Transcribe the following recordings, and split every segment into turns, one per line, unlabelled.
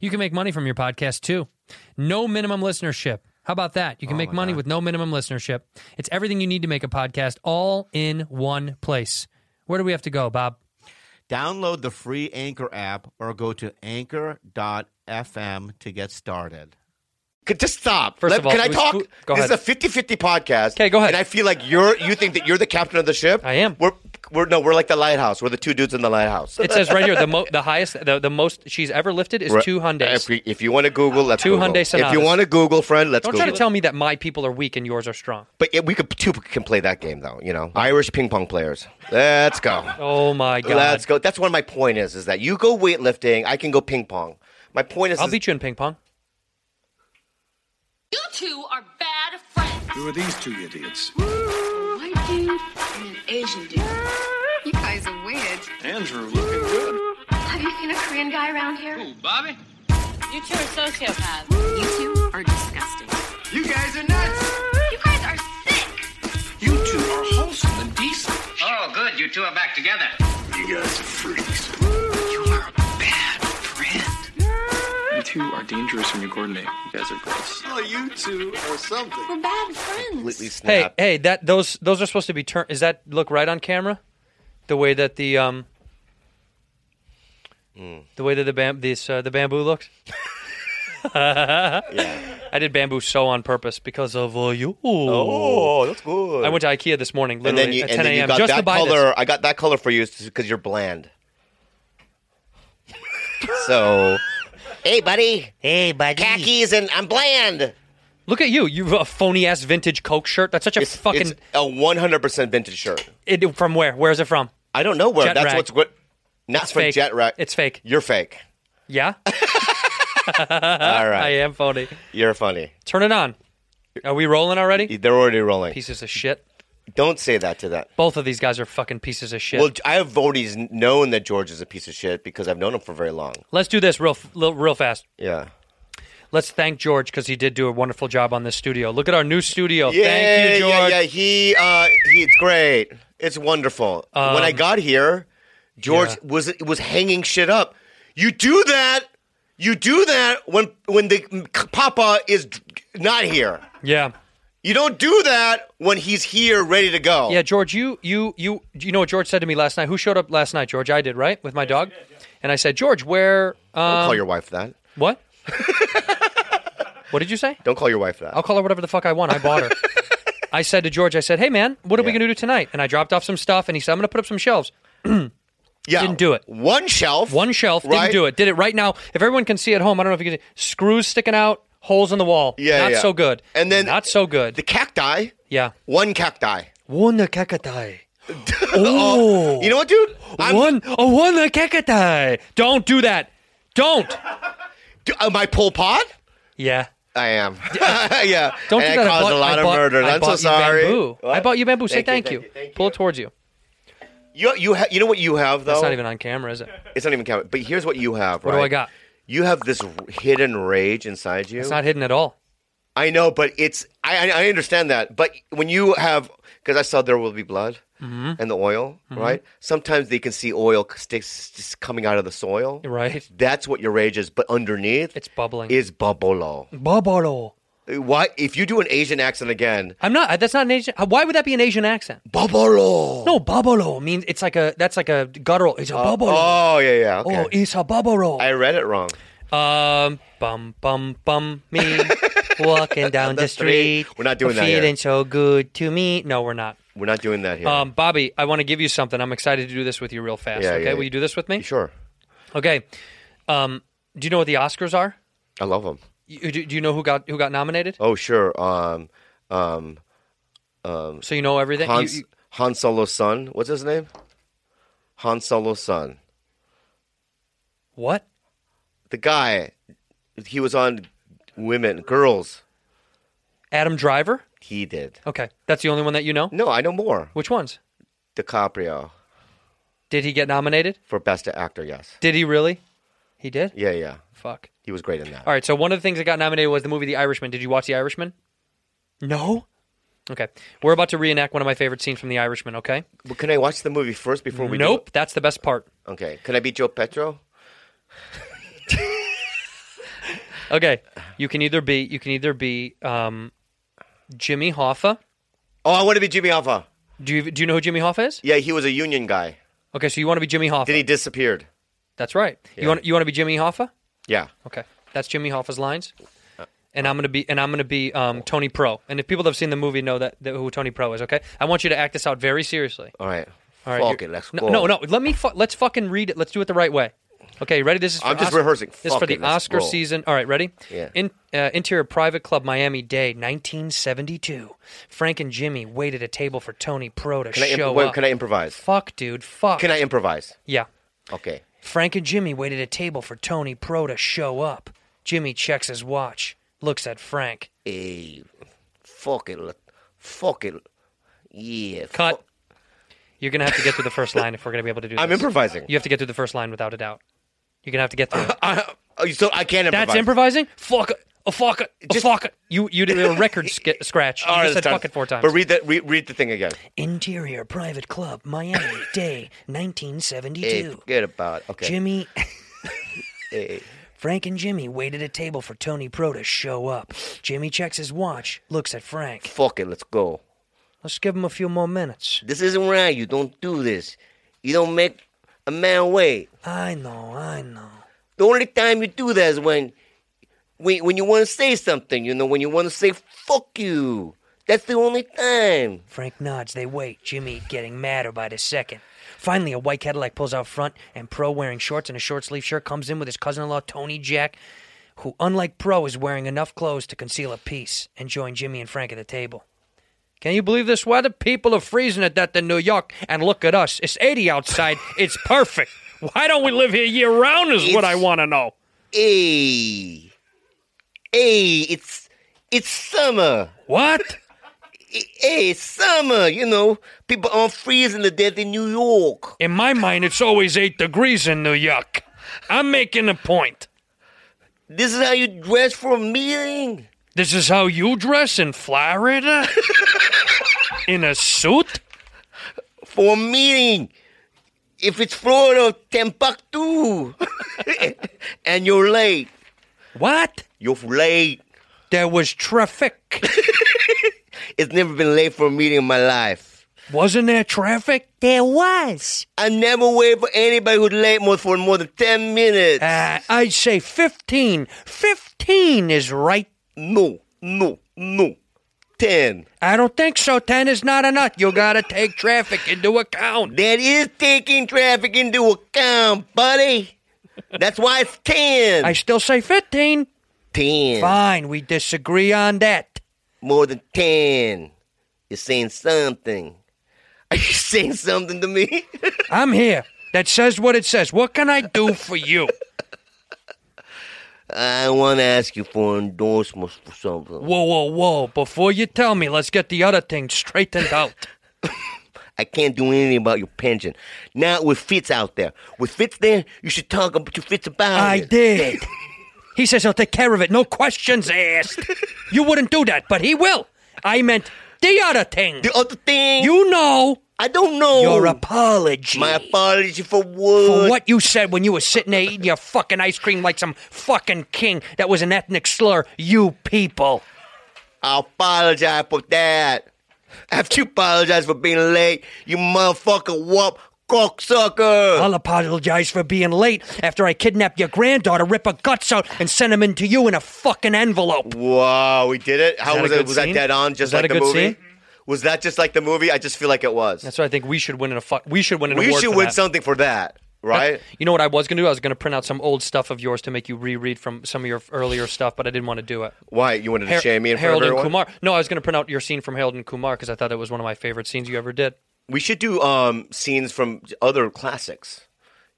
You can make money from your podcast too. No minimum listenership. How about that?
Oh
You can make money with no minimum listenership. It's everything you need to make a podcast all in one place. Where do we have to go, Bob?
Download the free Anchor app or go to anchor.fm to get started.
Could just stop.
First
Let-
of all,
can I
it was
talk?
foo- go
this
ahead.
is a 50-50 podcast.
'Kay, go ahead.
And I feel like you're you think that you're the captain of the ship.
I am.
We're we're no, we're like the lighthouse. We're the two dudes in the lighthouse.
It says right here the mo- the highest the, the most she's ever lifted is
Right.
two Hyundais.
If, we- if you want to Google, let's
Two
Google.
Hyundai
If you
Sonatas.
want to Google, friend, let's
Don't
Google.
try to tell me that my people are weak and yours are strong.
But yeah, we could two can play that game though. You know, Irish ping pong players. Let's go.
Oh my god.
Let's go. That's one of my point is is that you go weightlifting, I can go ping pong. My point is,
I'll
is-
beat you in ping pong.
You two are bad friends.
Who are these two idiots?
White dude and an Asian dude. You guys are weird.
Andrew looking good.
Have you seen a Korean guy around here?
Bobby?
You two are sociopaths.
You two are disgusting.
You guys are nuts.
You guys are sick.
You two are wholesome and decent. Oh, good. You two are back together. You guys are freaks. You are a bad friend. You two are dangerous when you coordinate. You guys are gross. Oh, you two or something.
We're bad friends.
completely
Hey,
snapped.
hey, that those those are supposed to be turned. Is that look right on camera? The way that the um,
Hmm.
the way that the bam this uh, the bamboo looks. I did bamboo so on purpose because of uh, you.
Oh, that's good.
I went to IKEA this morning,
and
literally
then you,
at
and
10
then you
a.m.
got
just to
that
buy
color.
this.
I got that color for you because you're bland. so, hey, buddy. Hey, buddy. Khakis and I'm bland.
Look at you! You have a phony ass vintage Coke shirt. That's such a
It's,
fucking.
it's a 100% vintage shirt.
it, from where? Where is it from?
I don't know where.
Jet
that's
rag.
what's what. Not from
fake.
jet rag.
It's fake.
You're fake.
Yeah,
All
Uh, I
right.
am phony.
You're funny.
Turn it on. Are we rolling already?
They're already rolling.
Pieces of shit.
Don't say that to that.
Both of these guys are fucking pieces of shit.
Well, I have already known that George is a piece of shit because I've known him for very long.
Let's do this real, f- li- real fast.
Yeah.
Let's thank George because he did do a wonderful job on this studio. Look at our new studio.
Yeah,
thank you, George.
yeah, yeah. He, uh, he, it's great. It's wonderful. when I got here, George
Um, yeah.
was was hanging shit up. You do that. You do that when when the Papa is not here.
Yeah.
You don't do that when he's here, ready to go.
Yeah, George, you, you, you, you know what George said to me last night? Who showed up last night, George? I did, right? With my dog? And I said, George, where,
Don't
um,
call your wife that.
what? what did you say?
Don't call your wife that.
I'll call her whatever the fuck I want. I bought her. I said to George, I said, hey, man, what are we
Yeah.
going to do tonight? And I dropped off some stuff and he said, I'm going to put up some shelves.
yeah.
didn't do it.
One shelf.
One shelf,
Right?
didn't do it. Did it right now. If everyone can see at home, I don't know if you can see screws sticking out, holes in the wall.
Yeah,
not
yeah.
so good.
And then
not so good.
The cacti.
yeah.
One cacti.
One cacti. oh,
You know what, dude? I'm,
one oh one cacti. Don't do that. Don't.
d- am I Pol Pot?
Yeah.
I am. yeah.
Don't
and
do that.
I caused
bought-
a lot
I
of
bought-
murder.
I
I'm
bought
so
you
sorry.
Bamboo. I
What?
bought you bamboo. Say
Thank
thank,
you,
you.
thank you, thank
Pull it
you.
towards you.
You you ha- you know what you have though?
That's not even on camera, is it?
It's not even counting. But here's what you have.
What do
right?
I got?
You have this r- hidden rage inside you.
It's not hidden at all.
I know, but it's I I I understand that. But when you have because I saw there will be blood
Mm-hmm.
and the oil, right? Sometimes they can see oil sticks just coming out of the soil.
Right.
That's what your rage is, but underneath
It's bubbling.
is bubolo.
Bubble.
Why? If you do an Asian accent again,
I'm not. That's not an Asian. uh, Why would that be an Asian accent?
bubolo.
No, babolo means it's like a. That's like a guttural. It's a babolo.
Oh yeah yeah. Uh, Okay.
Oh, it's a babolo.
I read it wrong.
Um, bum bum bum me walking down the,
The street.
street.
We're not doing that here.
Feeling so good to me. No, we're not.
We're not doing that here.
Um, Bobby, I want to give you something. I'm excited to do this with you real fast.
Yeah,
okay,
yeah,
will
yeah.
you do this with me?
sure.
Okay. Um, do you know what the Oscars are?
I love them.
You, do, do you know who got who got nominated?
Oh, sure. Um, um,
So you know everything. You-
Han,
you-
Han Solo's son. What's his name? Han Solo's son.
what?
The guy. He was on women, girls.
Adam Driver.
He did.
Okay, that's the only one that you know.
No, I know more.
Which ones?
DiCaprio
Did he get nominated?
for best actor. Yes.
Did he really? He did.
Yeah, yeah.
Fuck.
He was great in that.
All right. So one of the things that got nominated was the movie The Irishman. Did you watch The Irishman? No. Okay. We're about to reenact one of my favorite scenes from The Irishman. Okay.
But can I watch the movie first before we? do
nope. That's the best part.
it? Okay. Can I be Joe Petro?
Okay. You can either be you can either be um, Jimmy Hoffa.
Oh, I want to be Jimmy Alpha.
Do you do you know who Jimmy Hoffa is?
Yeah, he was a union guy.
Okay. So you want to be Jimmy Hoffa?
Then he disappeared.
That's right. You want you want to be Jimmy Hoffa?
Yeah.
Okay, that's Jimmy Hoffa's lines. And I'm gonna be and I'm gonna be um, Tony Pro. And if people that have seen the movie know that, that who Tony Pro is, okay? I want you to act this out very seriously.
All right.
All right,
Fuck
you're-
it. Let's
no,
go.
No, no. Let me. Fu- let's fucking read it. Let's do it the right way. Okay, you ready? This is. For
I'm just
Oscar-
rehearsing.
This is
Fuck
for the
it, let's
Oscar
roll.
season. All right, ready?
Yeah.
In uh, interior private club, Miami Dade, 1972. Frank and Jimmy waited a table for Tony Pro to
Can I, imp-
show
wait,
up.
can I improvise?
Fuck, dude. Fuck.
Can I improvise?
Yeah.
Okay.
Frank and Jimmy wait at a table for Tony Pro to show up. Jimmy checks his watch, looks at Frank.
Hey, fuck it. let- Fuck it. Yeah.
Cut.
fuck-
You're gonna have to get through the first line if we're gonna be able to do this.
Oh. I'm improvising.
You have to get through the first line without a doubt. You're gonna have to get through. it.
Oh, so I can't improvise.
That's improvising. Fuck it. A fuck it. A
Just-
fuck it. You you did a record sk- scratch. You
All right,
just said
let's
fuck
start.
it four times.
But read that. Read, read the thing again.
Interior private club, Miami, day 1972.
Hey, forget about. It. Okay.
Jimmy.
Hey.
Frank and Jimmy wait at a table for Tony Pro to show up. Jimmy checks his watch, looks at Frank.
Fuck it. Let's go.
Let's give him a few more minutes.
This isn't right. You don't do this. You don't make a man wait.
I know, I know.
The only time you do that is when, when, when you want to say something. You know, when you want to say "fuck you." That's the only time.
Frank nods. They wait. Jimmy getting madder by the second. Finally, a white Cadillac pulls out front, and Pro, wearing shorts and a short sleeve shirt, comes in with his cousin in law, Tony Jack, who, unlike Pro, is wearing enough clothes to conceal a piece, and join Jimmy and Frank at the table. Can you believe this weather? People are freezing to death in New York, and look at us. It's 80 outside. It's perfect. Why don't we live here year round, is what I want to know.
Hey, hey, it's it's summer.
What?
Hey, it's summer. You know, people aren't freezing to death in New York.
In my mind, it's always eight degrees in New York. I'm making a point.
This is how you dress for a meeting.
This is how you dress in Florida? in a suit?
For a meeting. If it's Florida, Timbuktu, and you're late,
What?
you're late.
There was traffic.
It's never been late for a meeting in my life.
Wasn't there traffic? There was.
I never wait for anybody who's late more for more than ten minutes.
Uh, I'd say 15. 15 is right.
no, no, no. Ten.
I don't think so. 10 is not enough. You gotta take traffic into account.
That is taking traffic into account, buddy. That's why it's ten.
I still say 15.
ten.
Fine, we disagree on that.
More than ten. You're saying something. Are you saying something to me?
I'm here. That says what it says. What can I do for you?
I want to ask you for endorsements for something.
Whoa, whoa, whoa. Before you tell me, let's get the other thing straightened out.
I can't do anything about your pension. Not with Fitz out there. With Fitz there, you should talk about your Fitz about
I
it.
did. He says he'll take care of it. No questions asked. You wouldn't do that, but he will. I meant the other thing.
The other thing.
You know
I don't know.
your apology
My apology for what?
for what you said when you were sitting there eating your fucking ice cream like some fucking king. That was an ethnic slur. You people.
I apologize for that. After you apologize for being late, you motherfucker whoop cocksucker.
I'll apologize for being late after I kidnapped your granddaughter, rip her guts out, and send them into you in a fucking envelope.
Wow, we did it. How
that a
was it?
good
Was
scene?
that dead on?
Was
Just
that
like
a
the
good
movie?
scene?
Was that just like the movie? I just feel like it was.
That's why I think we should win in a fuck. We should win an
we
award.
should
for
win
that.
something for that, right?
You know what I was gonna do? I was gonna print out some old stuff of yours to make you reread from some of your earlier stuff, but I didn't want to do it.
Why you wanted to
Har-
shame me in
Harold
front of
and
everyone?
Kumar. No, I was gonna print out your scene from Harold and Kumar because I thought it was one of my favorite scenes you ever did.
We should do um, scenes from other classics.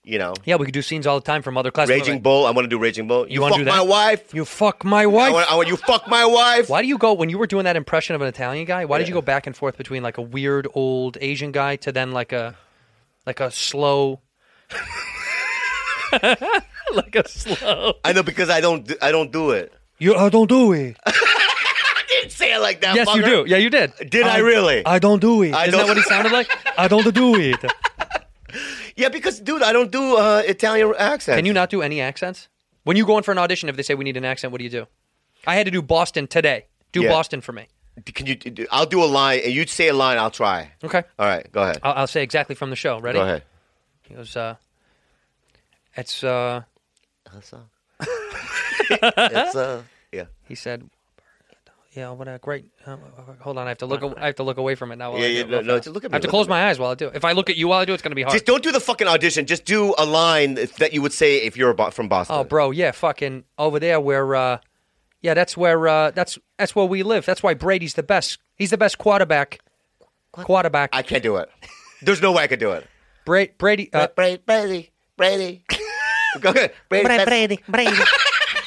You know,
Yeah, we could do scenes all the time from other classes.
Raging Bull. I want to do Raging Bull. You,
wanna
fuck
do that?
my wife.
You fuck my
I
wife.
want, I want you fuck my wife.
Why do you go when you were doing that impression of an Italian guy? Why did you go back and forth between like a weird old Asian guy to then like a like a slow like a slow
I know because I don't. Do, I don't do it.
You I don't do it.
I didn't say it like that.
Yes, you do.
fucker.
Yeah, you did.
Did I really?
I don't do it.
I
Isn't that
don't-
what he sounded like? I don't do it.
Yeah, because dude, I don't do uh, Italian accent.
Can you not do any accents? When you go in for an audition, if they say we need an accent, what do you do? I had to do Boston today. Do
Yeah.
Boston for me.
Can you? I'll do a line, and you say a line. I'll try.
Okay.
All right, go ahead.
I'll, I'll say exactly from the show. Ready?
go ahead.
He goes, uh, it's, uh,
That's all. That's all. Yeah.
he said, yeah, what a great, uh, hold on, I have to look, a- I have to look away from it now. while
Yeah,
I do
yeah,
it
no,
real
no,
fast.
just look at
I have to
me, look
close
at
my eyes while I do it. If I look at you while I do it, it's going to be hard.
Just don't do the fucking audition. Just do a line that you would say if you're a bo- from Boston.
oh, bro, yeah, fucking over there where, uh, yeah, that's where, uh, that's, that's where we live. That's why Brady's the best. He's the best quarterback. Quarterback.
I can't do it. There's no way I could do it.
Bra- Brady, uh,
Brady, Brady, Brady. go ahead. Brady.
Bra-
that's-
Brady, Brady,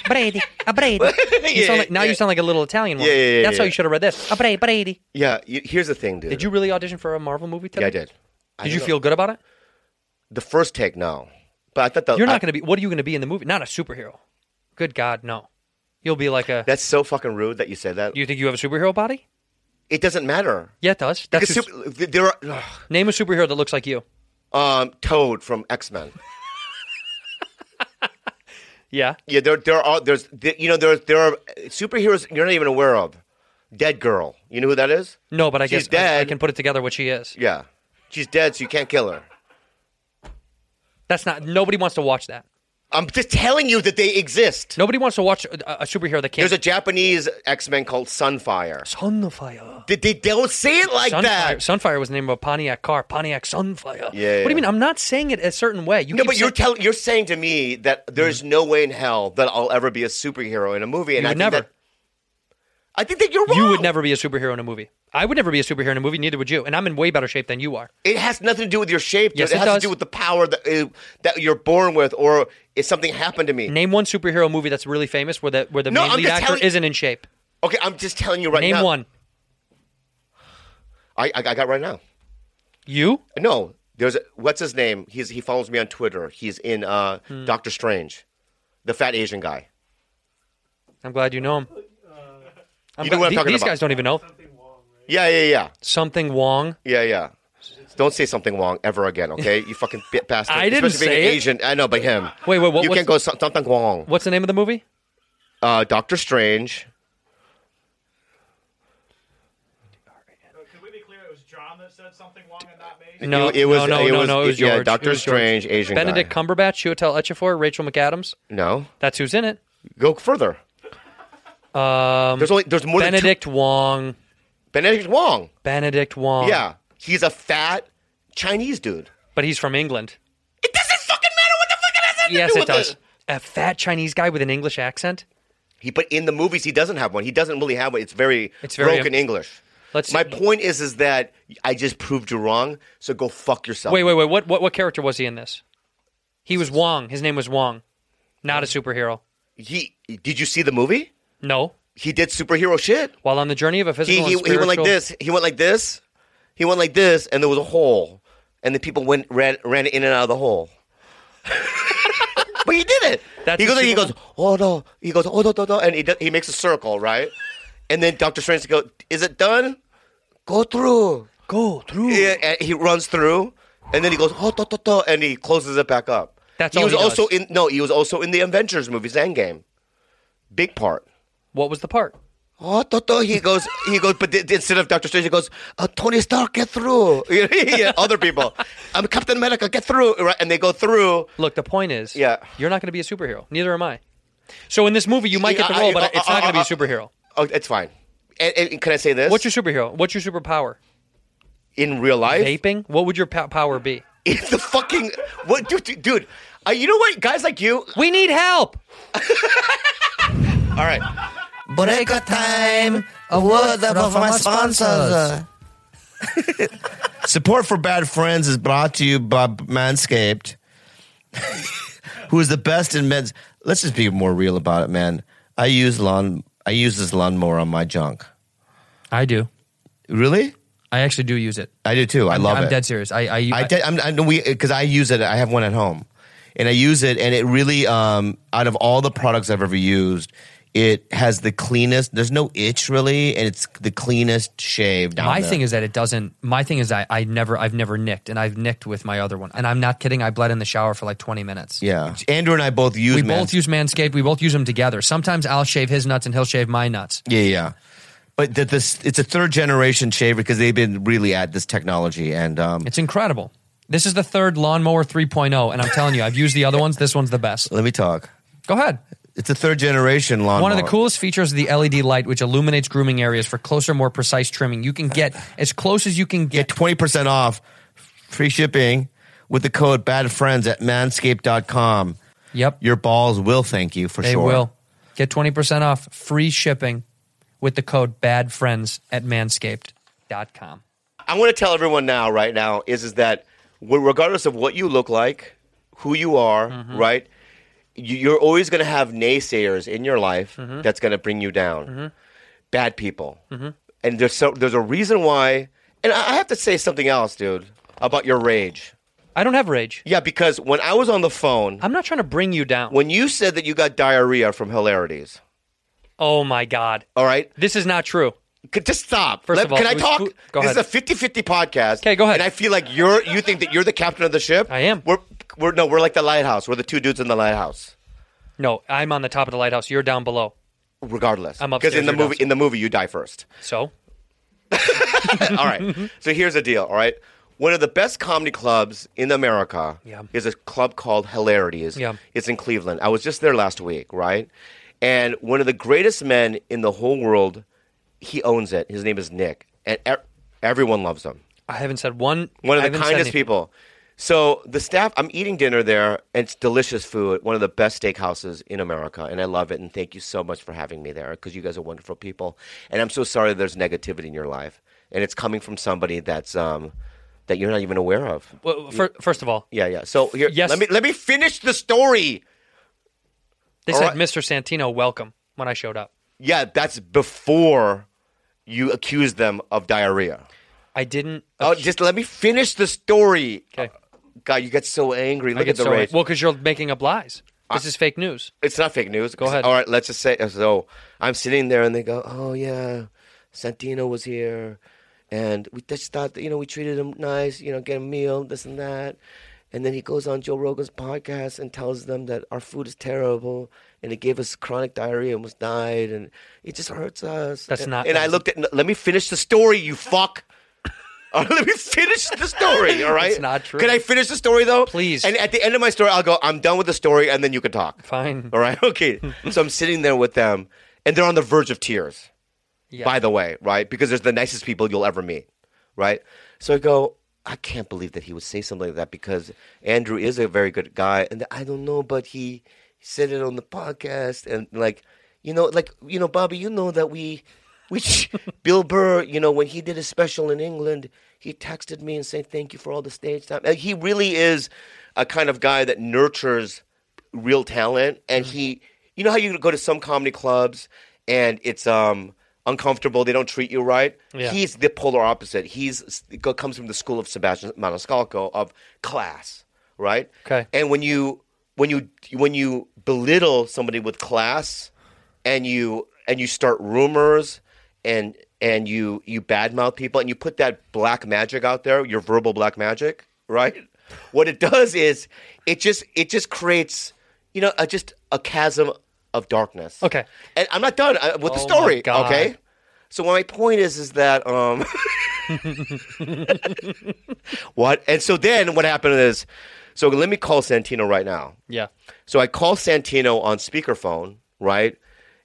Brady, a Brady. You
Yeah,
sound like, now
yeah.
you sound like a little Italian one.
Yeah, yeah, yeah,
That's how
yeah.
you should have read this. A Brady, Brady.
Yeah. You, here's the thing, dude.
Did you really audition for a Marvel movie today?
Yeah, I did. I
Did you
don't
feel good about it?
know. the first take? No. But I thought the
You're not
I-
going to be. What are you going to be in the movie? Not a superhero. Good God, no. You'll be like a.
That's so fucking rude that you said that.
do you think you have a superhero body?
it doesn't matter.
Yeah, it does. That's
Because
who's-
super- there are ugh.
name a superhero that looks like you.
um, Toad from X Men.
Yeah.
Yeah, there there are there's th- you know there there are superheroes you're not even aware of. Dead girl, you know who that is?
No, but I
She's
guess I- I,
dead.
can put it together what she is.
Yeah, she's dead, so you can't kill her.
That's not. Nobody wants to watch that.
I'm just telling you that they exist.
Nobody wants to watch a, a superhero that can't.
There's a Japanese X Men called Sunfire.
Sunfire.
They, they don't say it like
Sunfire.
that.
Sunfire was the name of a Pontiac car. Pontiac Sunfire.
Yeah,
What do you
yeah.
mean? I'm not saying it a certain way. You
No,
keep
but you're
saying-
telling you're saying to me that there's no way in hell that I'll ever be a superhero in a movie, and
You
I
would
think
never.
that- I think that you're wrong.
You would never be a superhero in a movie. I would never be a superhero in a movie. Neither would you. And I'm in way better shape than you are.
It has nothing to do with your shape. dude.
Yes,
it
it
has
does.
to do with the power that uh, that you're born with, or if something happened to me.
Name one superhero movie that's really famous where the where the
No,
main
I'm
lead
just
actor
telling-
isn't in shape.
Okay, I'm just telling you right
Name
now.
one.
I, I I got right now.
You?
No, there's a, what's his name? He's he follows me on Twitter. He's in uh,
Hmm.
Doctor Strange, the fat Asian guy.
I'm glad you know him. I'm
You know what I'm
the-
talking
these
about.
guys don't even know.
Yeah, yeah, yeah,
Something Wong.
yeah, yeah. Don't say something wrong ever again, okay? You fucking bit bastard.
I didn't
Especially being
say it.
Asian. I know, but him.
Wait, wait, what-
You
what's
can't go so- something wrong.
What's the name of the movie?
Uh, Doctor Strange.
Uh, Can we be clear? It was John that said something wrong and not me.
No,
it was-
no, no,
it
no,
was-
no, It was
yeah,
George.
Dr.
It was George.
Strange, Asian guy.
Benedict Cumberbatch, Chiwetel Ejiofor, Rachel McAdams.
No,
That's who's in it.
go further. Um, there's only there's more
Benedict Wong.
than two- Benedict Wong.
Benedict Wong.
Yeah, he's a fat Chinese dude.
But he's from England.
It doesn't fucking matter what the fuck it has nothing
Yes,
to do
it
with
does.
it.
A fat Chinese guy with an English accent.
He, but in the movies, he doesn't have one. He doesn't really have one. It's very,
It's very-
broken English.
Let's
My point is, is that I just proved you wrong. So go fuck yourself.
Wait, wait, wait. What, what what character was he in this? He was Wong. His name was Wong. Not a superhero.
He did you see the movie?
No.
He did superhero shit.
While on the journey of a
He
physical
he, he
and spiritual,
went like this. He went like this. He went like this, and there was a hole, and the people went ran ran in and out of the hole. but he did it.
That's
he
a
goes. He
super-
goes. Oh no. He goes. Oh no no no. And he does, he makes a circle right, and then Doctor Strange goes. Is it done? Go through.
go through.
Yeah, and he runs through, and then he goes, oh, to, to, to, and he closes it back up.
That's
he
all
was
he does.
also in. No, he was also in the Avengers movies, Endgame, big part.
What was the part?
Oh, Toto, he goes, he goes, but th- instead of Doctor Strange, he goes, oh, Tony Stark, get through. yeah, uh, other people, I'm Captain America, get through. Right, and they go through.
Look, the point is,
Yeah.
you're not going to be a superhero. Neither am I. So in this movie, you might get the
Yeah, I-
role, but
I-
it's not going to be a superhero.
Oh, it's fine. And, and can I say this?
What's your superhero? What's your superpower?
in real life?
Vaping? What would your po- power be?
It's the fucking what, dude? dude, dude uh, you know what? Guys like you.
We need help.
All right.
Break a time. A word of my sponsors.
Support for Bad Friends is brought to you by Manscaped, who is the best in men's. Let's just be more real about it, man. I use lawn. I use this lawnmower on my junk.
I do.
Really?
I actually do use it.
I do too. I love
I'm
it.
dead serious. I I,
I, did, I'm, I know we because I use it. I have one at home, and I use it, and it really, um, out of all the products I've ever used, it has the cleanest. There's no itch really, and it's the cleanest shave. Down
my
there.
thing is that it doesn't. My thing is I, I never I've never nicked, and I've nicked with my other one. And I'm not kidding. I bled in the shower for like 20 minutes.
yeah. Andrew and I both use.
We
Mans-
both use Manscaped. We both use them together. Sometimes I'll shave his nuts and he'll shave my nuts.
Yeah, yeah. But that this it's a third generation shaver because they've been really at this technology and um,
It's incredible. This is the third lawnmower 3.0, and I'm telling you, I've used the other ones. This one's the best.
let me talk.
Go ahead.
It's a third generation lawnmower.
One of the coolest features of the LED light, which illuminates grooming areas for closer, more precise trimming. You can get as close as you can
get
get.
twenty percent off free shipping with the code bad friends at manscaped.com.
Yep,
Your balls will thank you for
they
sure.
will. Get 20% off free shipping with the code BADFRIENDS at manscaped.com.
I want to tell everyone now, right now, is is that w- regardless of what you look like, who you are,
Mm-hmm.
right, you, you're always going to have naysayers in your life
Mm-hmm.
that's going to bring you down. Bad people, and there's so there's a reason why. And I I have to say something else, dude, about your rage.
I don't have rage.
Yeah, because when I was on the phone,
I'm not trying to bring you down.
when you said that you got diarrhea from hilarities,
Oh my God.
all right,
This is not true.
Could- just stop.
First of all,
can I
it was
talk?
food- go
this
ahead.
is a 50-50 podcast.
'Kay, go ahead.
And I feel like you're you think that you're the captain of the ship.
I am.
We're we're no, we're like the lighthouse. We're the two dudes in the lighthouse.
No, I'm on the top of the lighthouse. You're down below.
Regardless,
I'm
because in
upstairs,
the
you're
movie
downstairs.
in the movie you die first.
So
all right. So here's the deal. All right. One of the best comedy clubs in America
Yeah.
is a club called Hilarities.
Yeah.
It's in Cleveland. I was just there last week, right? And one of the greatest men in the whole world, he owns it. His name is Nick, and e- everyone loves him.
I haven't said one.
One of
I
the
haven't said
kindest
anything.
people. So the staff, I'm eating dinner there, and it's delicious food. One of the best steakhouses in America, and I love it. And thank you so much for having me there because you guys are wonderful people. And I'm so sorry there's negativity in your life, and it's coming from somebody that's um, that you're not even aware of.
Well, fir- first of all,
Yeah, yeah. So here,
Yes.
let me let me finish the story.
they
All
said
right.
Mr. Santino welcome when I showed up.
Yeah, that's before you accuse them of diarrhea.
I didn't.
Oh, just let me finish the story.
Okay.
God, you get so angry. Look
I get
at the
so
rage.
well because you're making up lies. This is fake news.
It's not fake news. Go
ahead.
All right, let's just say so. I'm sitting there and they go, "Oh yeah, Santino was here, and we just thought that, you know we treated him nice, you know, get a meal, this and that." And then he goes on Joe Rogan's podcast and tells them that our food is terrible and it gave us chronic diarrhea and was died and it just hurts us.
That's
And-
not-
And I looked at. Let me finish the story, you fuck. All right, let me finish the story. All right.
It's not true.
Can I finish the story though?
Please.
And at the end of my story, I'll go. I'm done with the story, and then you can talk.
Fine.
All right. Okay. so I'm sitting there with them, and they're on the verge of tears.
Yeah.
By the way, right? Because they're the nicest people you'll ever meet, right? So I go, I can't believe that he would say something like that because Andrew is a very good guy, and I don't know, but he said it on the podcast, and like, you know, like you know, Bobby, you know that we. Which Bill Burr, you know, when he did his special in England, he texted me and said, "Thank you for all the stage time." Uh, He really is a kind of guy that nurtures real talent and
Mm-hmm.
he you know how you go to some comedy clubs and it's um uncomfortable they don't treat you right
Yeah.
he's the polar opposite he's go- comes from the school of sebastian maniscalco of class right
Okay.
and when you when you when you belittle somebody with class and you and you start rumors and and you you badmouth people and you put that black magic out there, your verbal black magic, right? What it does is it just it just creates you know a, just a chasm of darkness.
Okay.
And I'm not done uh, with the
Oh my
story.
God.
Okay. So my point is, is that um, what? And so then what happened is, so let me call Santino right now.
Yeah.
So I call Santino on speakerphone, right?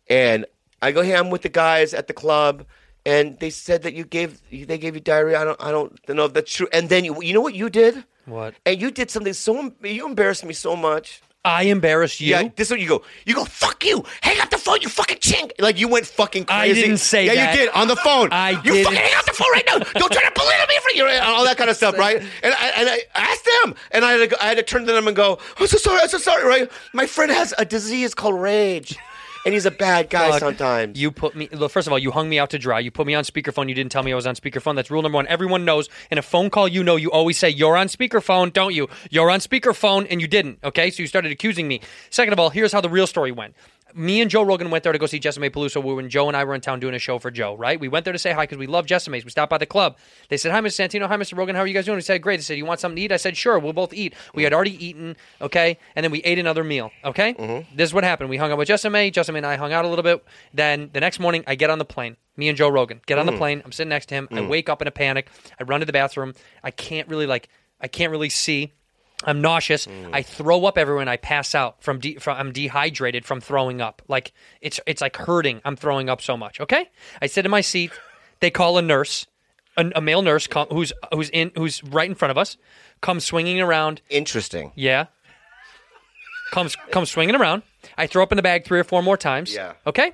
And I go, "Hey, I'm with the guys at the club, and they said that you gave they gave you diarrhea. I don't I don't know if that's true." And then you, you know what you did?
What?
And you did something so em- you embarrassed me so much.
I embarrassed you.
Yeah, this is what you go. You go, fuck you. Hang up the phone, you fucking chink. Like you went fucking
I
crazy.
didn't say
yeah,
that.
you did on the phone.
I
You
didn't.
fucking hang up the phone right now. Don't try to belittle me for you and all that kind of stuff, right? And I, and I asked them, and I had to, go- I had to turn to them and go, I'm so sorry, I'm so sorry, right? My friend has a disease called rage, and he's a bad guy
Fuck.
sometimes.
You put me. Look, first of all, you hung me out to dry. You put me on speakerphone. You didn't tell me I was on speakerphone. That's rule number one. Everyone knows. In a phone call, you know you always say you're on speakerphone, don't you? You're on speakerphone, and you didn't. Okay, so you started accusing me. Second of all, here's how the real story went. Me and Joe Rogan went there to go see Jessamay Peluso when Joe and I were in town doing a show for Joe. Right? We went there to say hi because we love Jessimay's. We stopped by the club. They said hi, Mr. Santino. Hi, Mr. Rogan. How are you guys doing? We said great. They said you want something to eat? I said sure. We'll both eat. We had already eaten. Okay, and then we ate another meal. Okay, this is what happened. We hung out with Jessamay. Jessamay and I hung out a little bit. Then the next morning, I get on the plane. Me and Joe Rogan get on the plane. I'm sitting next to him. I wake up in a panic. I run to the bathroom. I can't really like. I can't really see. I'm nauseous. I throw up everywhere and I pass out from, de- from I'm dehydrated from throwing up. Like it's it's like hurting. I'm throwing up so much. Okay, I sit in my seat. They call a nurse, a, a male nurse come, who's who's in who's right in front of us, comes swinging around.
Interesting.
Yeah. Comes comes swinging around. I throw up in the bag three or four more times.
Yeah.
Okay.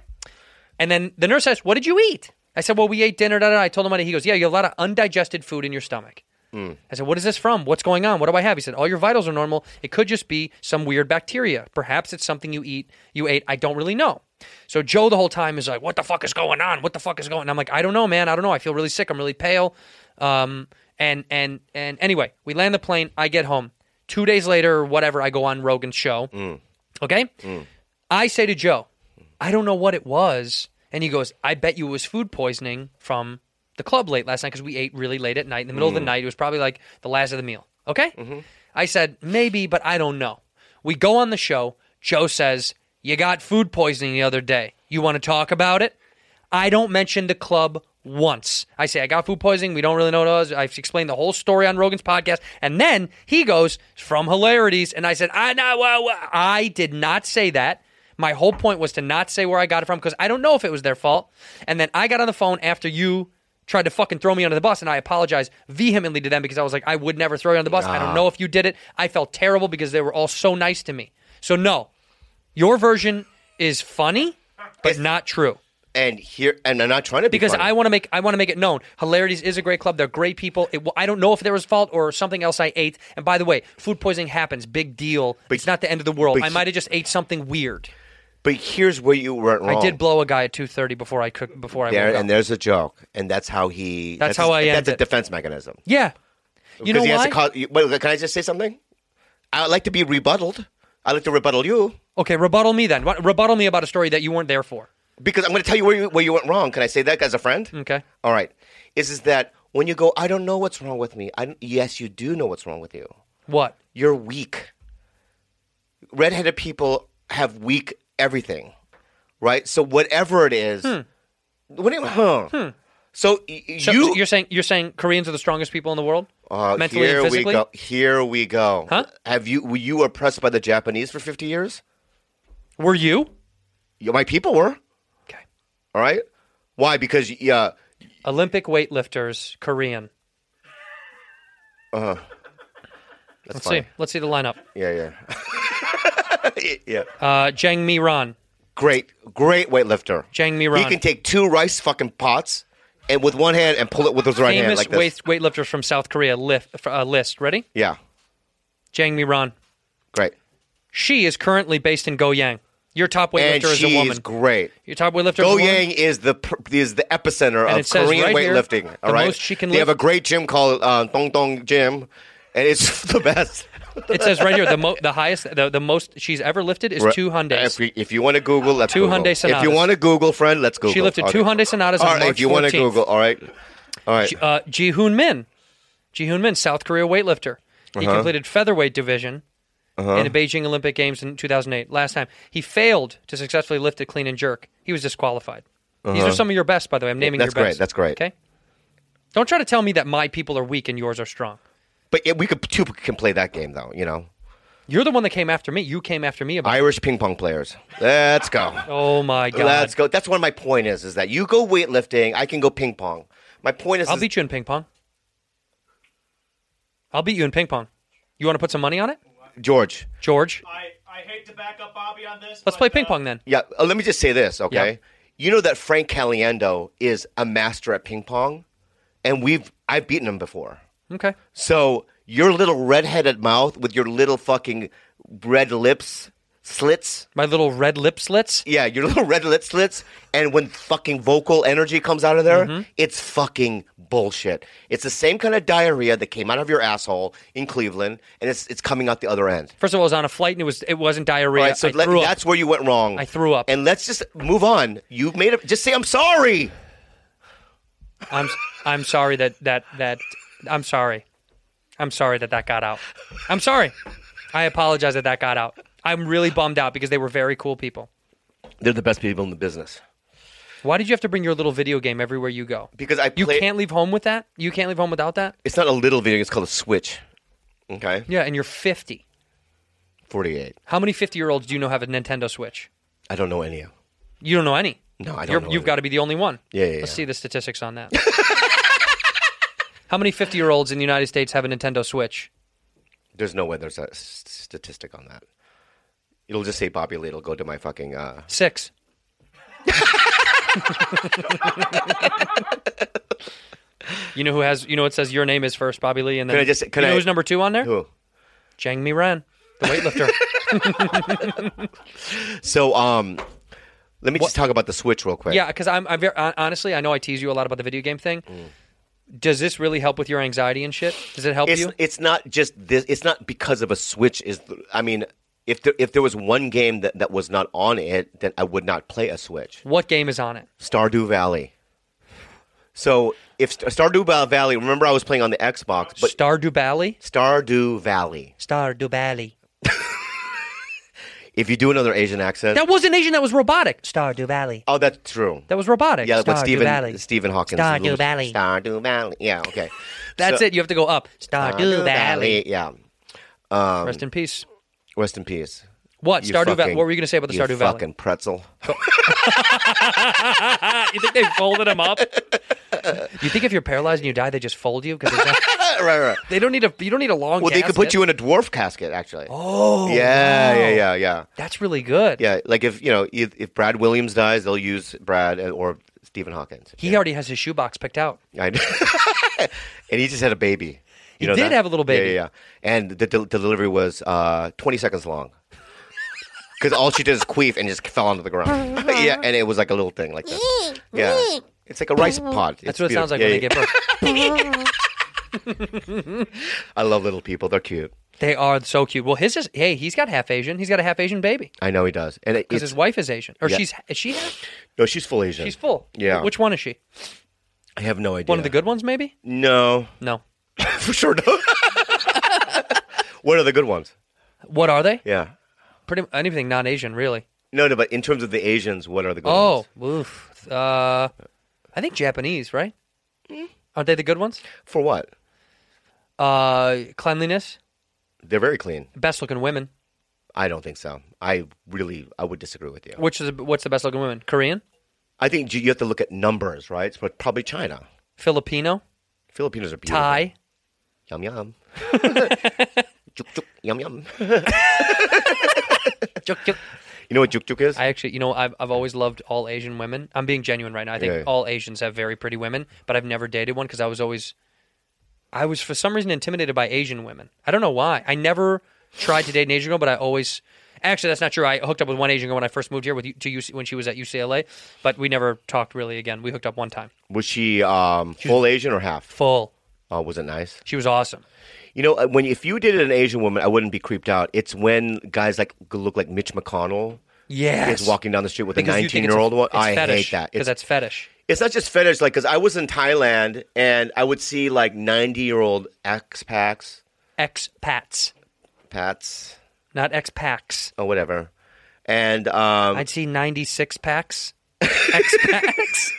And then the nurse asks, "What did you eat?" I said, "Well, we ate dinner." Da, da, da." I told him what I- he goes, "Yeah, you have a lot of undigested food in your stomach." I said, "What is this from? What's going on? What do I have?" He said, "All your vitals are normal. It could just be some weird bacteria. Perhaps it's something you eat. You ate. I don't really know." So Joe the whole time is like, "What the fuck is going on? What the fuck is going?" on? I'm like, "I don't know, man. I don't know. I feel really sick. I'm really pale." Um, and and and anyway, we land the plane. I get home. Two days later, or whatever, I go on Rogan's show. Okay. I say to Joe, I don't know what it was. And he goes, I bet you it was food poisoning from the club late last night because we ate really late at night in the middle of the night. It was probably like the last of the meal. Okay? I said, maybe, but I don't know. We go on the show. Joe says, You got food poisoning the other day. You want to talk about it? I don't mention the club once. I say I got food poisoning. We don't really know what it was. I've explained the whole story on Rogan's podcast, and then he goes from hilarities, and I said I know. well, well," I did not say that. My whole point was to not say where I got it from because I don't know if it was their fault. And then I got on the phone after you tried to fucking throw me under the bus, and I apologized vehemently to them because I was like, I would never throw you under the bus. I don't know if you did it. I felt terrible because they were all so nice to me. So no, your version is funny, but not true
And here, and I'm not trying to be
because
funny.
I want to make I want to make it known. Hilarities is a great club. They're great people. It, well, I don't know if there was fault or something else I ate. And by the way, food poisoning happens. Big deal. it's not the end of the world.
but
I
he-
might have just ate something weird.
But here's where you went wrong.
I did blow a guy at two thirty before I cooked before I
there,
woke
and
up.
there's a joke, and that's how he.
That's how I
his-
end
That's a
it.
defense mechanism.
Yeah, you know
Because he
why?
Has to call, you- wait, can I just say something? I would like to be rebutted. I like to rebuttal you
okay, rebuttal me then. What, rebuttal me about a story that you weren't there for.
because I'm going to tell you where you where you went wrong. Can I say that as a friend?
Okay.
All right. Is is that when you go? I don't know what's wrong with me. I yes, you do know what's wrong with you.
What?
You're weak. Redheaded people have weak everything, right? So whatever it is, what do you- huh. So, y- y-
Hmm. So,
you
you, are saying you're saying Koreans are the strongest people in the world,
Uh,
mentally
here
and physically.
we go. Here we go.
Huh?
Have you were you oppressed by the Japanese for fifty years?
Were you?
You- My people were.
Okay.
All right. Why? Because yeah,
Olympic weightlifters, Korean.
that's
Let's
fine.
see. Let's see the lineup.
Yeah, yeah, yeah.
Uh, Jang Mi Ron.
Great, great weightlifter.
Jang Mi Ron.
He can take two rice fucking pots and with one hand and pull it with his right hand
famous
like this.
weight, weightlifters from South Korea lift, uh, list. Ready?
Yeah,
Jang Mi-ron.
great.
She is currently based in Goyang. Your top
And
weightlifter is a
she
woman.
is great.
Your top weightlifter is a
Go
woman.
Yang is the pr- is the epicenter
And it
of
says
Korean
right here,
weightlifting.
the
all right,
most she can
they have a
lift-
great gym called uh, Dong Dong Gym, and it's the best.
It says right here the mo- the highest the, the most she's ever lifted is
Right.
two Hyundai's.
If, we, if you want to Google, let's
Two
Google.
Hyundai
If you
Sonatas.
want to Google, friend, let's Google.
lifted two Hyundai Sonatas on
All right,
March
if you want to
14th.
Google, all right, all right.
uh,
Uh-huh.
Ji Hoon Min. Ji Hoon Min, South Korea weightlifter. He completed featherweight division. in the Beijing Olympic Games in 2008. Last time he failed to successfully lift a clean and jerk, he was disqualified. These are some of your best, by the way. I'm naming
Uh-huh. That's
your
great,
best.
that's great.
Okay. Don't try to tell me that my people are weak and yours are strong.
But yeah, we could two can play that game though. You know,
You're the one that came after me. You came after me about.
Irish ping pong players. Let's go.
oh my god!
Let's go. That's what my point is. Is that you go weightlifting, I can go ping pong. My point is,
I'll
is-
beat you in ping pong. I'll beat you in ping pong. You want to put some money on it,
George.
George?
I, I hate to back up Bobby on this.
Let's
but,
play ping
uh,
pong then.
Yeah, uh, let me just say this, okay?
Yeah.
You know that Frank Caliendo is a master at ping pong, and we've I've beaten him before.
Okay.
So your little redheaded mouth with your little fucking red lips slits.
My little red lip slits.
Yeah, your little red lip slits, and when fucking vocal energy comes out of there,
Mm-hmm.
it's fucking bullshit. It's the same kind of diarrhea that came out of your asshole in Cleveland, and it's it's coming out the other end.
First of all, I was on a flight and it was it wasn't diarrhea.
All right, so
I
let-
threw up.
that's where you went wrong.
I threw up.
And let's just move on. You made it. Just say I'm sorry.
I'm I'm sorry that that that I'm sorry. I'm sorry that that got out. I'm sorry. I apologize that that got out. I'm really bummed out because they were very cool people.
They're the best people in the business
Why did you have to bring your little video game everywhere you go?
because I
You
play-
can't leave home with that. You can't leave home without that.
It's not a little video. It's called a switch. Okay,
Yeah, and you're 50.
forty-eight.
How many 50 year olds do you know have a Nintendo Switch?
I don't know any of.
You don't know any.
No, I don't
You're,
know
You've
any.
got to be the only one.
Yeah, yeah,
Let's
yeah.
see the statistics on that. How many 50 year olds in the United States have a Nintendo Switch?
There's no way. There's a s- statistic on that. It'll just say Bobby Lee. It'll go to my fucking. Uh,
Six. you know who has? You know it says your name is first, Bobby Lee, and then
Can I just- can
you know
I-
who's number two on there?
who?
Jang Mi Ran, the weightlifter.
So um, let me just talk about the switch real quick.
yeah, because I'm, I'm very, hon- honestly, I know I tease you a lot about the video game thing.
Mm.
Does this really help with your anxiety and shit? Does it help
it's
you?
it's not just this. It's not because of a switch. Is I mean, if there if there was one game that that was not on it, then I would not play a switch.
What game is on it?
Stardew Valley. So if Stardew Valley, remember I was playing on the Xbox, but
Stardew Valley.
Stardew Valley.
Stardew Valley.
If you do another Asian accent,
That wasn't Asian. That was robotic. Stardew Valley.
oh, that's true.
That was robotic.
yeah, but
Stardew
Stephen
Valley.
Stephen Hawkins.
Stardew
Little-
Valley.
Stardew Valley. Yeah, okay.
That's
So-
it. You have to go up. Stardew Valley.
Yeah.
Rest in peace.
Rest in peace.
What
You
Stardew Valley?
fucking-
What were you going to say about the
you
Stardew Valley?
Fucking pretzel.
You think they folded him up? You think if you're paralyzed and you die, they just fold you because
right, right. right.
they don't need a you don't need a long.
Well, they could put you in a dwarf casket, actually. Oh. Yeah, yeah, yeah, yeah,
That's really good.
yeah. Like if you know, if, if Brad Williams dies, they'll use Brad and- or Stephen Hawkins.
He already has his shoebox picked out.
I know. and he just had a baby.
He
You know
did
that?
have a little baby.
Yeah, yeah. yeah. And the del- delivery was uh, 20 seconds long. Because all she did is queef and just fell onto the ground. yeah, and it was like a little thing like that. Yeah. It's like a rice pod.
That's what it sounds like when they give birth.
I love little people. They're cute.
They are so cute. Well, his is hey, he's got half Asian. He's got a half Asian baby
I know he does. And it,
because
it's,
his wife is Asian, or
Yeah.
she's is she half?
no, she's full Asian.
She's full.
Yeah.
Which one is she?
I have no idea.
One of the good ones, maybe?
No,
No.
for sure no. what are the good ones?
What are they?
Yeah.
Pretty anything non-Asian, really.
No, no, but in terms of the Asians, what are the good
Oh,
ones?
oof. Uh, I think Japanese, right? Aren't they the good ones?
For what?
Uh, cleanliness,
They're very clean.
best looking women.
I don't think so. I really, I would disagree with you.
Which is what's the best looking women? Korean,
I think you you have to look at numbers, right? But probably China.
Filipino,
Filipinos are beautiful.
Thai.
Yum yum. juk juk. Yum yum.
Juk, juk.
You know what juk juk is?
I actually, you know, I've I've always loved all Asian women. I'm being genuine right now. I think
Yeah.
all Asians have very pretty women, but I've never dated one because I was always, I was for some reason intimidated by Asian women. I don't know why. I never tried to date an Asian girl, but I always. Actually, that's not true. I hooked up with one Asian girl when I first moved here with U- to UC, when she was at UCLA, but we never talked really again. We hooked up one time.
was she um, full Asian or half?
Full.
Oh, was it nice?
She was awesome.
You know, uh, when if you did an Asian woman, I wouldn't be creeped out. It's when guys like look like Mitch McConnell
Yes.
is walking down the street with
Because
a
you think it's a-
19-year-old one.
it's
I
fetish,
hate that.
because
It's
that's fetish.
It's not just fetish, like because I was in Thailand and I would see like ninety year old expats,
Expats.
pats,
not X packs.
or whatever. And um,
I'd see 96 packs. X packs.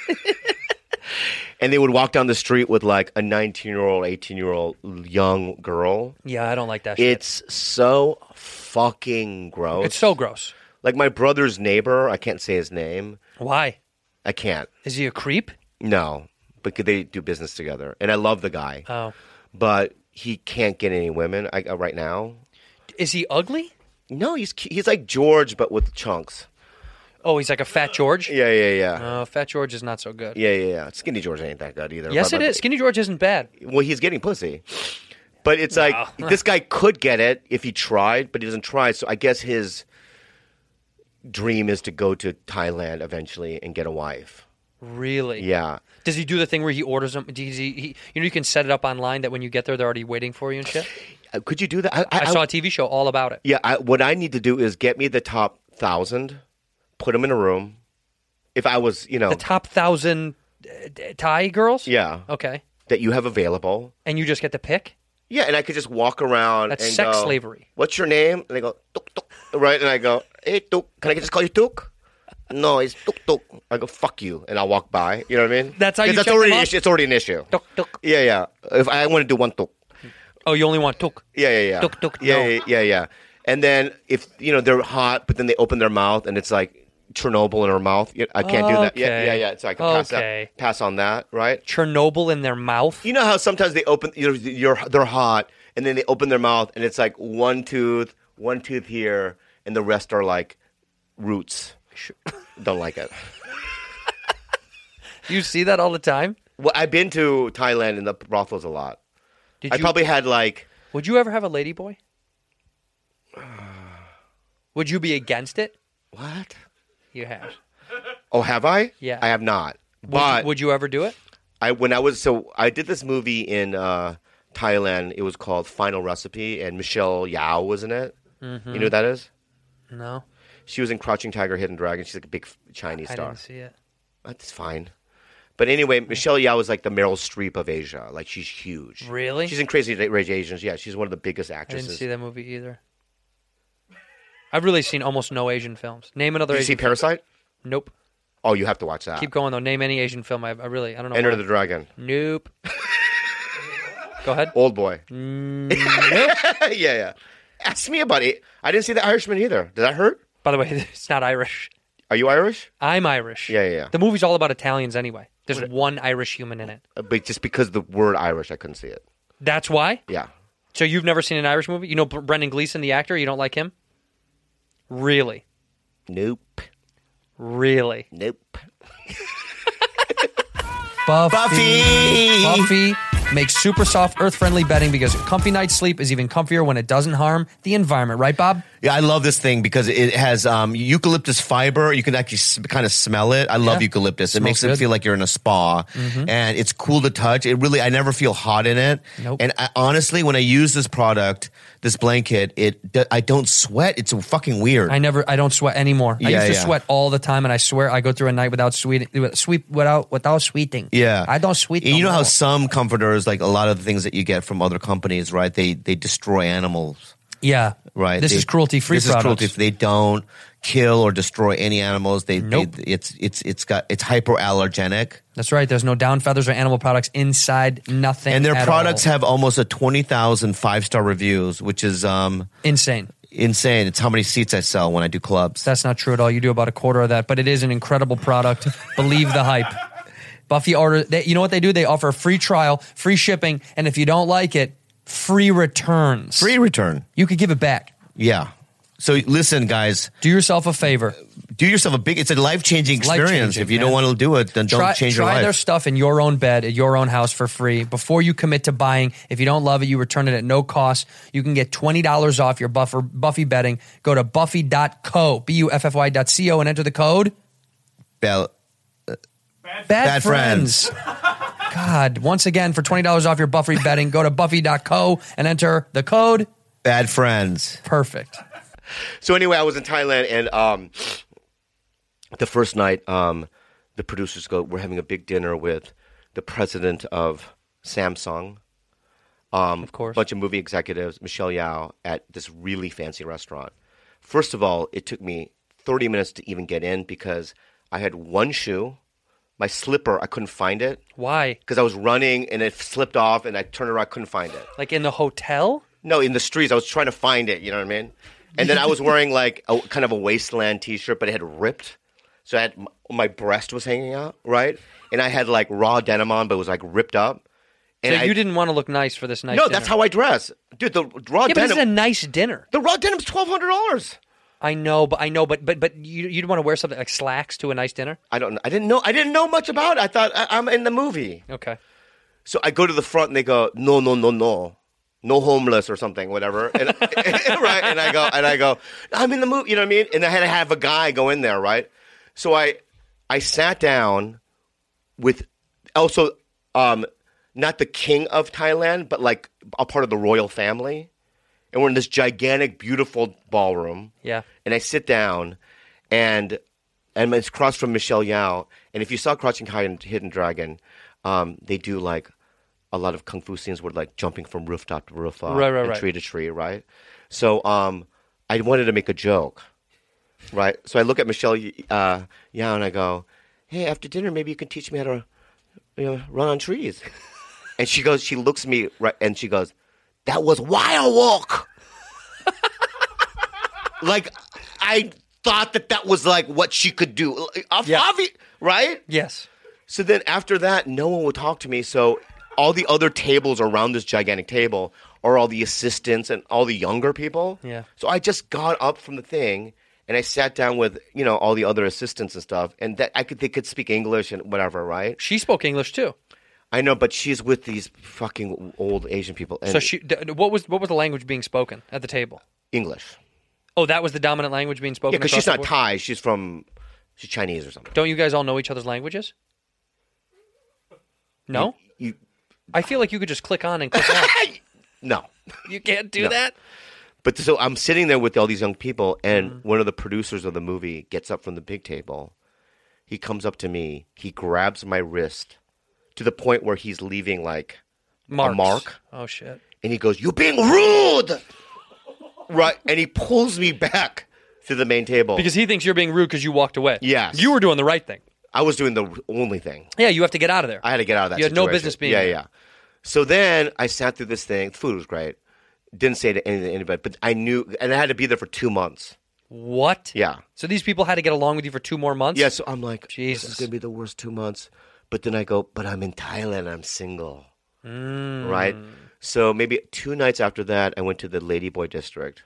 and they would walk down the street with like a 19 year old, 18 year old young girl.
yeah, I don't like that shit.
It's so fucking gross.
It's so gross.
like my brother's neighbor. I can't say his name.
Why?
I can't.
Is he a creep?
No, but they do business together, and I love the guy,
Oh.
but he can't get any women I, uh, right now.
Is he ugly?
No, he's cu- he's like George, but with chunks.
Oh, he's like a fat George?
Yeah, yeah, yeah.
Uh, fat George is not so good.
yeah, yeah, yeah. Skinny George ain't that good either.
Yes,
but-
it
but-
is. Skinny George isn't bad.
Well, he's getting pussy. But it's like this guy could get it if he tried, but he doesn't try. So I guess his dream is to go to Thailand eventually and get a wife.
Really?
Yeah.
Does he do the thing where he orders them? Does he, he, you know, you can set it up online that when you get there, they're already waiting for you and shit.
Uh, Could you do that? I, I-
I
I-
saw a TV show all about it.
Yeah, I, what I need to do is get me the top thousand, put them in a room. If I was, you know,
The top thousand uh, d- Thai girls.
yeah,
Okay.
that you have available.
And you just get to pick.
Yeah, and I could just walk around.
That's
and
sex
go,
slavery.
What's your name? And they go tuk tuk, right? And I go, hey tuk, can I just call you tuk? No, it's tuk tuk. I go fuck you, and I'll walk by. You know what I mean?
That's how
'Cause
you
That's
check
already
them
an
off?
issue. It's already an issue.
Tuk tuk.
Yeah, yeah. If I want to do one tuk,
Oh, you only want tuk.
yeah, yeah, yeah.
Tuk, tuk,
yeah,
no.
yeah, yeah, yeah. And then if you know they're hot, but then they open their mouth and it's like Chernobyl in her mouth. Yeah, I can't do that. Yeah,
Okay.
yeah, yeah. So I can pass
Okay.
that, pass on that, right?
Chernobyl in their mouth.
You know how sometimes they open, you know, you're, they're hot, and then they open their mouth, and it's like one tooth, one tooth here, and the rest are like roots. Don't like it.
You see that all the time.
Well, I've been to Thailand and the brothels a lot.
Did
I
you?
probably had like,
Would you ever have a lady boy? Would you be against it?
what?
You have.
Oh, have I?
Yeah.
I have not.
Would, you-
But
would you ever do it?
I when I was so I did this movie in uh, Thailand. It was called Final Recipe, and Michelle Yao was in it.
Mm-hmm.
You know who that is?
No,
She was in Crouching Tiger, Hidden Dragon. She's like a big f- Chinese
I
star.
didn't see it.
That's fine. But anyway, Michelle Yao is like the Meryl Streep of Asia. Like she's huge.
Really?
She's in Crazy Rich Asians. Yeah, she's one of the biggest
I didn't
actresses.
see that movie either. I've really seen almost no Asian films. Name another
Did you
Asian.
see Parasite?
nope.
Oh, you have to watch that.
Keep going though. Name any Asian film. I, I really I don't know.
Enter
why.
the Dragon.
nope. Go ahead.
Old boy. yeah, yeah. Ask me about it. I didn't see the Irishman either. Did that hurt?
By the way, it's not Irish.
Are you Irish?
I'm Irish.
Yeah, yeah, yeah.
The movie's all about Italians anyway. There's one Irish human in it.
Uh, But just because the word Irish, I couldn't see it.
That's why.
Yeah.
So you've never seen an Irish movie? You know Br- Brendan Gleeson, the actor. You don't like him? Really,
Nope.
really.
Nope.
Buffy. Buffy makes super soft, earth friendly bedding because a comfy night's sleep is even comfier when it doesn't harm the environment. Right, Bob?
Yeah, I love this thing because it has um, eucalyptus fiber. You can actually s- kind of smell it. I love
Yeah.
eucalyptus. It
Smells
makes it
good. Mm-hmm.
feel like you're in a spa, and it's cool to touch. It really, I never feel hot in it.
Nope.
And I, honestly, when I use this product, this blanket, it d- I don't sweat. It's fucking weird.
I never, I don't sweat anymore. I
Yeah,
used to
yeah.
sweat all the time, and I swear I go through a night without sweating, sweep without without sweating.
yeah,
I don't sweat.
And you
no
know how
more.
some comforters, like a lot of the things that you get from other companies, right? They they destroy animals.
yeah,
right?
This
They-
is cruelty free.
This is cruelty. They don't kill or destroy any animals. They,
Nope.
they it's it's it's got it's hyperallergenic,
That's right. There's no down feathers or animal products inside. Nothing.
and their
at
products
all.
have almost a 20,000 five star reviews, which is um
insane.
insane. It's how many seats I sell when I do clubs.
That's not true at all. You do about a quarter of that, but it is an incredible product. Believe the hype. Buffy order. They, you know what they do? They offer a free trial, free shipping, and if you don't like it, free returns.
Free return,
You could give it back.
yeah. So listen, guys,
Do yourself a favor.
do yourself a big. It's a life changing
life-changing,
experience. if you don't
man.
want to do it, then don't
try,
change
try
your life.
their stuff in your own bed at your own house for free before you commit to buying. If you don't love it, you return it at no cost. You can get $20 off your buffer, Buffy bedding. Go to buffy.co, B U F F Y dot C O, and enter the code
Bell-
Bad,
Bad
Friends.
Friends.
God, once again, for $20 off your Buffy bedding, go to buffy.co and enter the code
bad friends.
perfect.
So anyway, I was in Thailand, and um, the first night, um, the producers go, "We're having a big dinner with the president of Samsung."
Um,
Of course.
bunch of movie executives, Michelle Yao, at this really fancy restaurant. First of all, it took me 30 minutes to even get in because I had one shoe, my slipper, I couldn't find it
Why?
because I was running and it slipped off and I turned around, I couldn't find it.
Like in the hotel?
No, in the streets, I was trying to find it, you know what I mean? And then I was wearing like a kind of a wasteland t shirt, but it had ripped. So I had my, my breast was hanging out, right? And I had like raw denim on, but it was like ripped up. And
So
I,
you didn't want to look nice for this nice
no,
dinner.
that's how I dress, dude. The raw
Yeah, but
denim.
it's a nice dinner.
the raw denim's twelve hundred dollars.
I know, but I know, but but but you you'd want to wear something like slacks to a nice dinner.
I don't. I didn't know. I didn't know much about it. I thought I, I'm in the movie.
Okay.
So I go to the front and they go, no, no, no, no, no homeless or something, whatever. And, right? And I go, and I go, I'm in the movie. You know what I mean? And I had to have a guy go in there, right? So I, I sat down with also, um, not the king of Thailand, but like a part of the royal family. And we're in this gigantic, beautiful ballroom.
Yeah.
and I sit down, and and it's across from Michelle Yao. And if you saw Crouching Hidden, Hidden Dragon, um, they do like a lot of kung fu scenes where like jumping from rooftop to rooftop,
Right, right,
and
right.
tree to tree, right? So um, I wanted to make a joke, right? So I look at Michelle uh, Yao and I go, "Hey, after dinner, maybe you can teach me how to, you know, run on trees." and she goes, she looks at me right, and she goes, "That was wild walk." like I thought that that was like what she could do. Like, ob- obvi- right?
Yes.
So then after that, no one would talk to me. So all the other tables around this gigantic table are all the assistants and all the younger people.
Yeah.
So I just got up from the thing and I sat down with you know all the other assistants and stuff, and that I could they could speak English and whatever, right?
She spoke English too.
I know, but she's with these fucking old Asian people. And
So she d- what was what was the language being spoken at the table?
English.
Oh, that was the dominant language being spoken.
Yeah, because
across
she's
the
not
board?
Thai. She's from she's Chinese or something.
Don't you guys all know each other's languages? No.
You
I feel like you could just click on and click off.
no.
You can't do
No.
that.
But so I'm sitting there with all these young people, and
Mm-hmm.
one of the producers of the movie gets up from the big table. He comes up to me. He grabs my wrist to the point where he's leaving, like,
Marks.
mark?
Oh shit.
and he goes, "You're being rude," right? And he pulls me back to the main table
Because he thinks you're being rude because you walked away.
Yes.
You were doing the right thing.
I was doing the only thing.
Yeah, you have to get out of there.
I had to get out of that.
You had no
situation.
business being
Yeah,
there.
yeah. So then I sat through this thing. The food was great. Didn't say to any- anybody, but I knew, and I had to be there for two months.
What?
Yeah.
So these people had to get along with you for two more months?
Yeah, so I'm like, this
Jesus.
is gonna be the worst two months. But then I go, but I'm in Thailand. I'm single,
Mm.
right? So maybe two nights after that, I went to the Ladyboy district,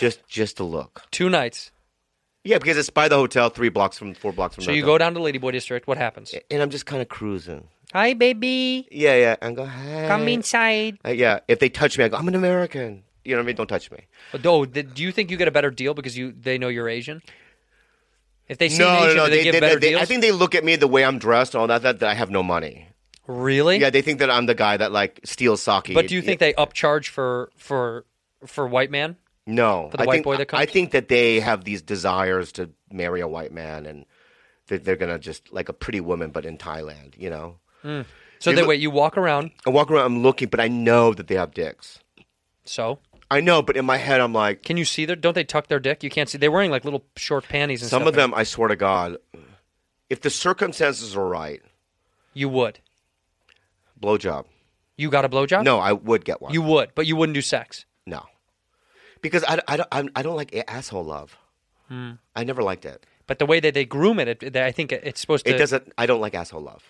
just just to look.
Two nights.
Yeah, because it's by the hotel, three blocks from, four blocks from.
So
the
you go
hotel.
down to Ladyboy District. What happens?
and I'm just kind of cruising.
Hi, baby.
Yeah, yeah, and go hey.
Come inside.
Uh, yeah, if they touch me, I go, I'm an American. You know what I mean? Don't touch me.
Oh, th- do you think you get a better deal because you they know you're Asian? If they see an
No, no,
Asian,
no.
do they, give better
they-
deals?
I think they look at me the way I'm dressed and all that. That, that I have no money.
really.
Yeah, they think that I'm the guy that like steals sake.
But do you
Yeah.
think they upcharge for for for white man?
No,
For the
I
white
think,
boy that
I
comes?
think that they have these desires to marry a white man, and that they're gonna just like a pretty woman, but in Thailand, you know.
So
They
they
look-
wait. You walk around.
I walk around, I'm looking, but I know that they have dicks.
So
I know, but in my head, I'm like,
can you see their? Don't they tuck their dick? You can't see. They're wearing like little short panties and
some
stuff,
of them. I swear to God, if the circumstances are right,
You would.
blowjob.
You got a blowjob?
No, I would get one.
You would, but you wouldn't do sex.
no, because I, I don't I'm- I don't like a- asshole love. I never liked it.
But the way that they groom it, it, I think it's supposed to.
It doesn't. I don't like asshole love.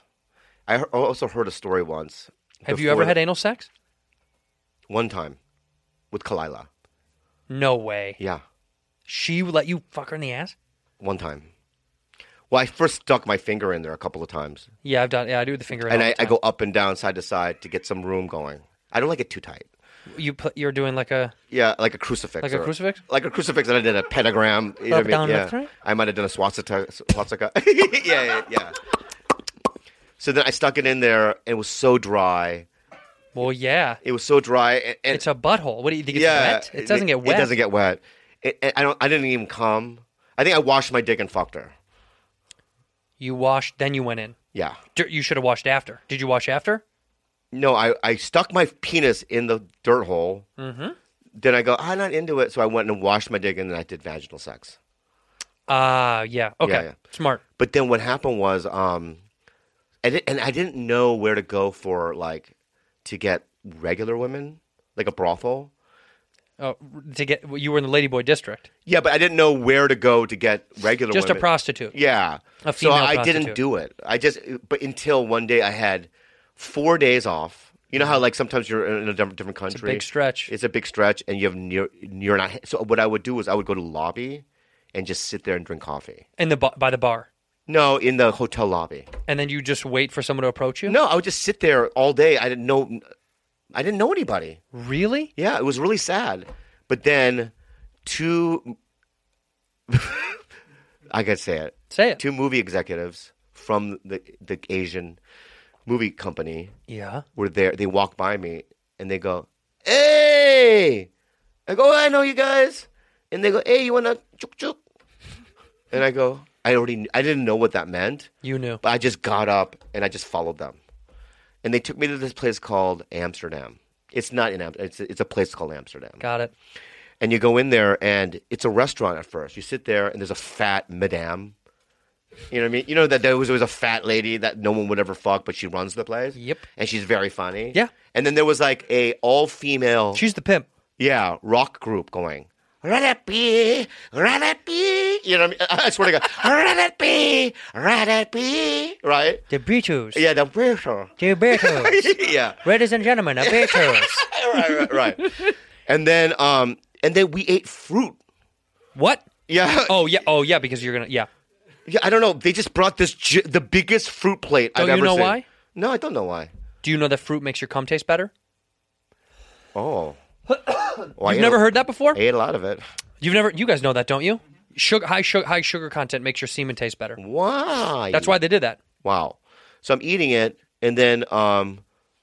I he- also heard a story once.
Have you ever
before-
had anal sex?
One time with Kalila.
No way.
Yeah,
She let you fuck her in the ass?
one time. Well, I first stuck my finger in there a couple of times,
Yeah, I've done. Yeah, I do the finger.
and
all
I,
the
I go
time.
up and down, side to side, to get some room going. I don't like it too tight.
You put. You're doing like a.
Yeah, like a crucifix.
Like a
or-
crucifix?
Like a crucifix, and I did a pentagram. You
Up,
know what I mean?
down,
yeah.
left, right?
I might have done a swastika. swastika. yeah, yeah, yeah. So then I stuck it in there, and it was so dry.
Well, yeah.
It was so dry, and, and
It's a butthole. What do you think? It's wet. It doesn't get wet.
It doesn't get wet. It, it- I don't. I didn't even come. I think I washed my dick and fucked her.
You washed, then you went in.
Yeah.
Dir- You should have washed after. Did you wash after?
No, I, I stuck my penis in the dirt hole. Mm-hmm. Then I go, I'm not into it. So I went and washed my dick and then I did vaginal sex.
Ah, yeah. Okay.
Yeah, yeah.
Smart.
But then what happened was, um, I did, and I didn't know where to go for like to get regular women, like a brothel.
Oh, to get you were in the ladyboy district.
Yeah, but I didn't know where to go to get regular.
Just
women.
a prostitute.
Yeah.
A
so
female
I
prostitute.
didn't do it. I just, but until one day I had four days off. You know how like sometimes you're in a different different country.
Mm-hmm. big stretch.
It's a big stretch, and you have near you're not. So what I would do is I would go to lobby, and just sit there and drink coffee.
In the ba- by the bar.
No, in the hotel lobby.
And then you just wait for someone to approach you?
No, I would just sit there all day. I didn't know. I didn't know anybody.
Really?
Yeah, it was really sad. But then, two. I gotta say it.
Say it.
Two movie executives from the the Asian movie company
Yeah.
were there. They walked by me and they go, "Hey!" I go, "I know you guys," and they go, "Hey, you wanna chuk chuk?" And I go, "I already. kn- I didn't know what that meant."
You knew.
But I just got up and I just followed them. And they took me to this place called Amsterdam. It's not in Amsterdam. It's, it's a place called Amsterdam.
Got it.
And you go in there and it's a restaurant at first. You sit there and there's a fat madame. You know what I mean? You know that there was always a fat lady that no one would ever fuck, but she runs the place.
Yep.
And she's very funny.
Yeah.
And then there was like a all female
She's the pimp.
yeah, rock group going. Radapi, Radapi. You know what I mean? I swear to God. Radapi, Radapi. Right?
The Beatles.
Yeah, the Beatles.
The Beatles.
yeah,
Ladies and gentlemen, the Beatles.
right, right, right. and then, um, and then we ate fruit.
what?
Yeah,
Oh, yeah. Oh, yeah, because you're going to. Yeah.
yeah. I don't know. They just brought this gi- the biggest fruit plate I've
Don't you
ever
know
seen.
why?
No, I don't know why.
Do you know that fruit makes your cum taste better?
Oh, well,
You've never heard that before?
I ate a lot of it.
You've never. You guys know that, don't you? Sugar, high, sugar, high sugar content makes your semen taste better.
Why?
That's why they did that.
Wow. So I'm eating it, and then um,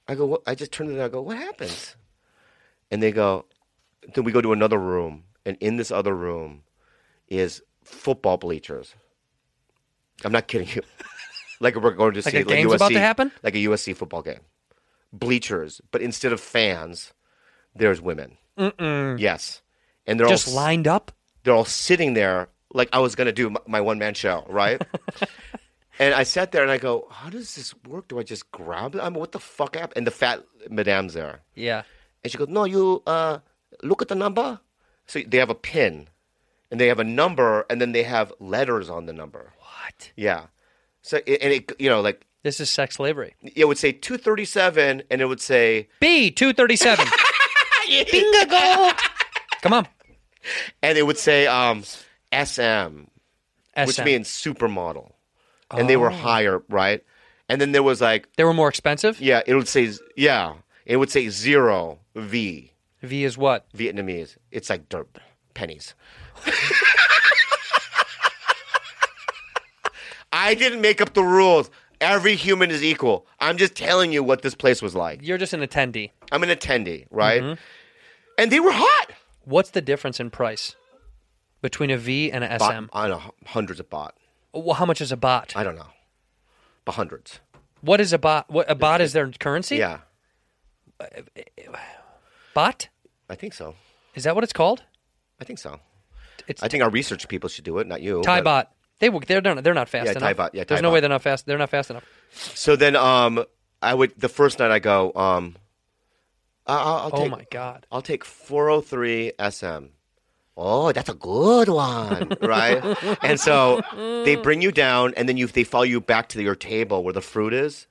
I go. What? I just turn to them. I go, "What happens?" And they go. Then we go to another room, and in this other room is football bleachers. I'm not kidding you. like we're going to
Like
see
a game's about to happen?
like a USC football game. Bleachers, but instead of fans, there's women. Mm-mm. Yes, and they're
Just
all s-
lined up?
they're all sitting there like I was going to do my, my one man show, right? and I sat there and I go, how does this work? Do I just grab it? I mean, what the fuck happened? And the fat madame's there.
Yeah.
And she goes, no, you uh, look at the number. So they have a pin and they have a number and then they have letters on the number.
What?
Yeah. So, it- and it, you know, like
This is sex slavery.
it would say 237 and it would say,
B, 237. Bingo! Come on.
and it would say um, SM, which
SM.
means supermodel. And they were higher, right? And then there was like,
They were more expensive?
yeah, it would say, yeah, it would say zero V,
V is what?
Vietnamese. It's like dirt pennies. I didn't make up the rules. Every human is equal. I'm just telling you what this place was like.
You're just an attendee.
I'm an attendee, right? And they were hot.
What's the difference in price between a V and a
Bot,
SM?
I know, hundreds of bot.
Well, how much is a bot?
I don't know. But hundreds.
What is a bot? What a bot is their currency?
Yeah,
Bot?
I think so.
Is that what it's called?
I think so.
It's
I think our research people should do it, not you.
Thai
but-
bot. They work. They're not. They're not fast
Yeah,
enough.
Thai bot. Yeah,
There's
Thai
no
bot.
way they're not fast. They're not fast enough.
So then, um, I would the first night I go, um, I- I'll, I'll
Oh
take,
my god.
I'll take 403 SM. Oh, that's a good one, right? and so they bring you down, and then you they follow you back to your table where the fruit is,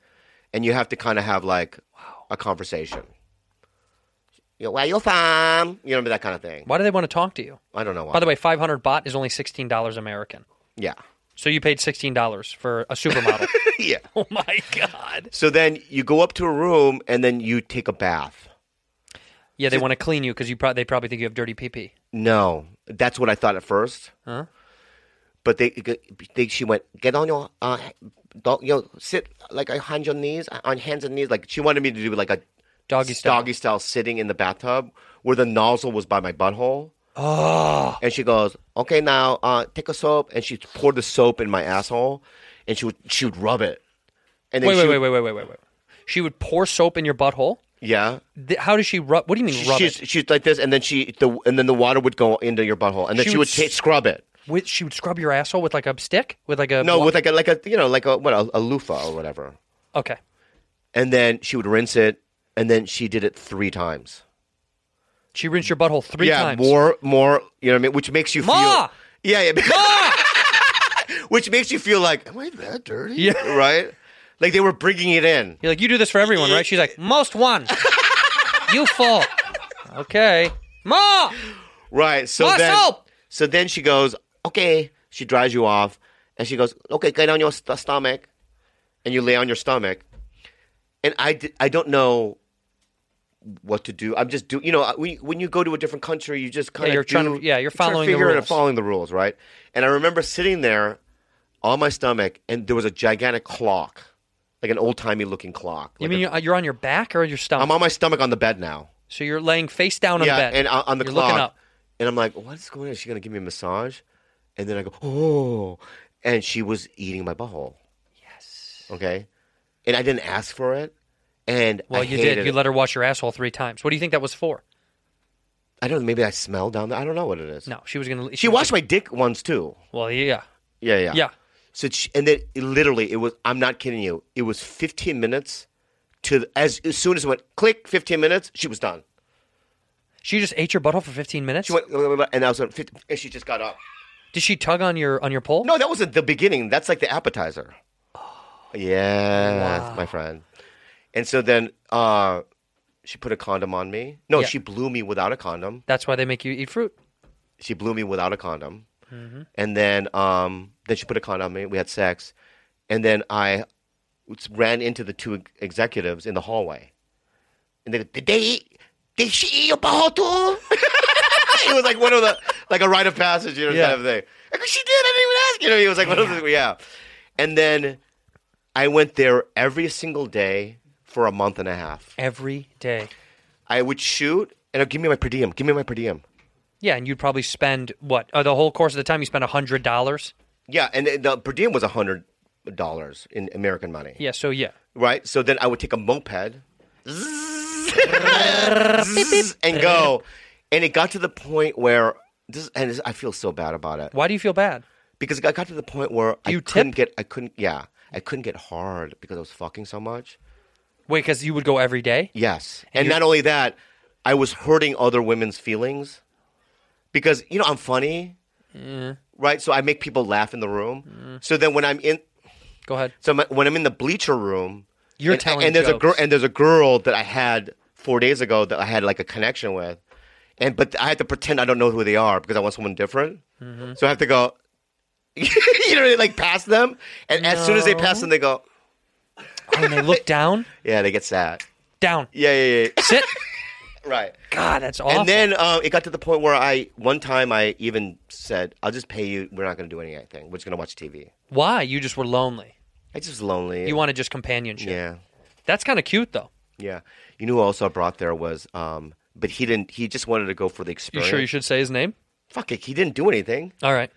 and you have to kind of have like a conversation. You know, where you from? You know that kind of thing.
Why do they want to talk to you?
I don't know why.
By the way, 500 bot is only $16 American.
yeah,
So you paid $16 for a supermodel.
yeah.
oh my god.
So then you go up to a room, and then you take a bath.
Yeah, they want to clean you because you pro- they probably think you have dirty pee pee.
No, that's what I thought at first. But they, they, she went get on your, uh, don't you know, sit like on your knees, uh, on hands and knees. Like she wanted me to do like a
Doggy style.
doggy style sitting in the bathtub where the nozzle was by my butthole.
Ah.
Oh. And she goes, okay, now uh, take a soap, and she poured the soap in my asshole, and she would she would rub it. And then
Wait,
she
wait,
would-
wait, wait, wait, wait, wait, wait. She would pour soap in your butthole.
Yeah.
Th- how does she rub? What do you mean rub
she's
it?
she's like this, and then she the and then the water would go into your butthole, and then
She
she,
would
would ta-
s-
scrub it.
With, she would scrub your asshole with like a stick, with like a
No,
blo-
with like a like a you know like a what a, a loofah or whatever.
okay.
And then she would rinse it, and then she did it three times.
She rinsed your butthole three
yeah,
times.
more more. You know what I mean? Which makes you
Ma!
feel. Yeah, yeah. Which makes you feel like, am I that dirty?
Yeah.
Right. Like they were bringing it in.
You're like, you do this for everyone, right? She's like, most one. you full. Okay. Ma!
Right. So
More
then,
soap!
so then she goes, okay. She dries you off, and she goes, okay, get on your st- stomach, and you lay on your stomach, and I, d- I don't know what to do. I'm just do you know I- when you, when you go to a different country, you just kind of
you're trying to- yeah, you're following the
figuring
rules.
following the rules, right? And I remember sitting there on my stomach, and there was a gigantic clock, like an old timey looking clock.
You mean
Like a-
you're, you're on your back or your stomach?
I'm on my stomach on the bed now.
so you're laying face down on
yeah,
the bed.
and uh, on on the
you're
clock.
looking up.
And I'm like, what is going on? Is she going to give me a massage? And then I go, oh. And she was eating my butthole. Yes. Okay. And I didn't ask for it. And
Well,
I
you
hated
did. You
it.
let her wash your asshole three times. What do you think that was for?
I don't know. Maybe I smell down there. I don't know what it is.
No, she was gonna.
She washed my dick once too.
Well, yeah,
Yeah, yeah.
yeah.
So she, and then it literally, it was. I'm not kidding you. It was 15 minutes. To as, as soon as it went click, 15 minutes, she was done.
She just ate your butthole for 15 minutes.
She went, blah, blah, blah, and I was like, 15, and she just got up.
Did she tug on your on your pole?
No, that wasn't the beginning. That's like the appetizer. Yeah, my friend. And so then uh, she put a condom on me. No,
Yeah.
she blew me without a condom.
That's why they make you eat fruit.
She blew me without a condom. And then um, then she put a condom on me. We had sex. And then I ran into the two executives in the hallway. And they go, did they eat? Did she eat your butthole too? it was like one of the like a rite of passage, you know,
Yeah.
kind of thing. I go, she did. I didn't even ask. You know, it was like one of those, yeah. And then I went there every single day for a month and a half.
Every day.
I would shoot and I'd give me my per diem. Give me my per diem.
Yeah, and you'd probably spend what uh, the whole course of the time you spent hundred dollars.
Yeah, and the- the per diem was hundred dollars in American money.
Yeah, so yeah,
right? So then I would take a moped zzz, and go. And it got to the point where this, and this, I feel so bad about it
why do you feel bad?
because I got to the point where I
you
couldn't
tip?
get, I couldn't, yeah, I couldn't get hard because I was fucking so much.
Wait, because you would go every day.
Yes, and not only that, I was hurting other women's feelings because you know I'm funny,
Mm.
right? So I make people laugh in the room. So then when I'm in,
Go ahead.
So my, when I'm in the bleacher room,
You're
and,
telling
and there's a girl
jokes.
and there's a girl that I had four days ago that I had like a connection with, and but I had to pretend I don't know who they are because I want someone different.
Mm-hmm.
So I have to go, you know, like pass them, and as soon as they pass them, they go,
Oh, and they look down,
yeah, they get sad.
down,
Yeah, yeah, yeah.
sit.
right.
God, that's awful.
And then uh, it got to the point where I one time I even said, "I'll just pay you. We're not going to do anything. We're just going to watch TV."
why you just were lonely?
I just was lonely.
You wanted just companionship.
Yeah.
That's kind of cute though.
Yeah. You know who also I brought there was um but he didn't he just wanted to go for the
You
experience.
sure you should say his name?
Fuck it, he didn't do anything.
All right.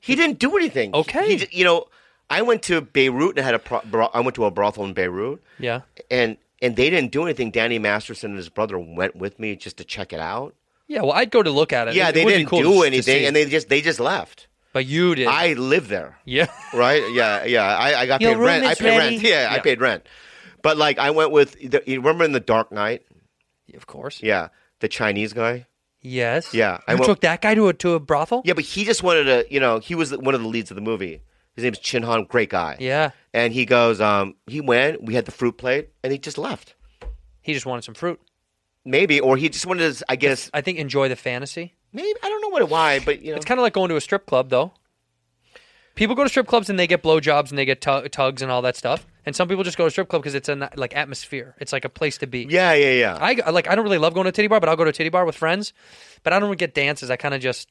He didn't do anything. He-
Okay.
he j- you know, I went to Beirut and had a pro- bro- I went to a brothel in Beirut
Yeah.
and and they didn't do anything. Danny Masterson and his brother went with me just to check it out.
Yeah. Well, I'd go to look at Uh, it.
yeah,
It
they
would be
didn't
cool to-
do
to
anything
see.
and they just they just left.
but you did.
I live there.
yeah.
right? Yeah, yeah. I, I got
Your
paid rent.
room
I
is
paid
ready.
rent. Yeah, I
Yeah.
paid rent. But like I went with the, you remember in the Dark Knight?
of course.
Yeah, the Chinese guy.
Yes.
Yeah, I
You
won't-
took that guy to a to a brothel.
Yeah, but he just wanted to, you know, he was one of the leads of the movie. His name's Chin Han, great guy.
Yeah.
And he goes, um, he went, we had the fruit plate, and he just left.
He just wanted some fruit.
Maybe, or he just wanted to, I guess,
I think enjoy the fantasy.
maybe, I don't know what, why, but, you know.
uh, It's kind of like going to a strip club, though. People go to strip clubs and they get blowjobs and they get tu- tugs and all that stuff. And some people just go to strip club because it's a like atmosphere. It's like a place to be.
yeah, yeah, yeah.
I go- like. I don't really love going to a titty bar, but I'll go to a titty bar with friends. But I don't really get dances. I kind of just.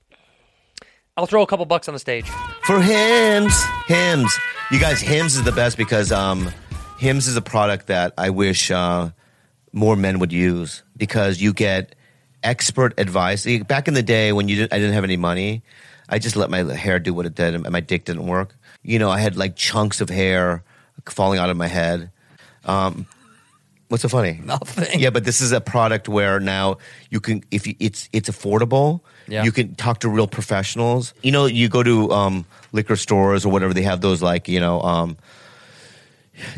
I'll throw a couple bucks on the stage.
for hymns hymns you guys hymns is the best because um hymns is a product that i wish uh more men would use because you get expert advice See, back in the day when you didn't, i didn't have any money i just let my hair do what it did and my dick didn't work you know i had like chunks of hair falling out of my head um
What's so funny?
Nothing.
Yeah, but this is a product where now you can if you, it's it's affordable.
Yeah.
You can talk to real professionals. You know, you go to um, liquor stores or whatever. They have those like you know. Um,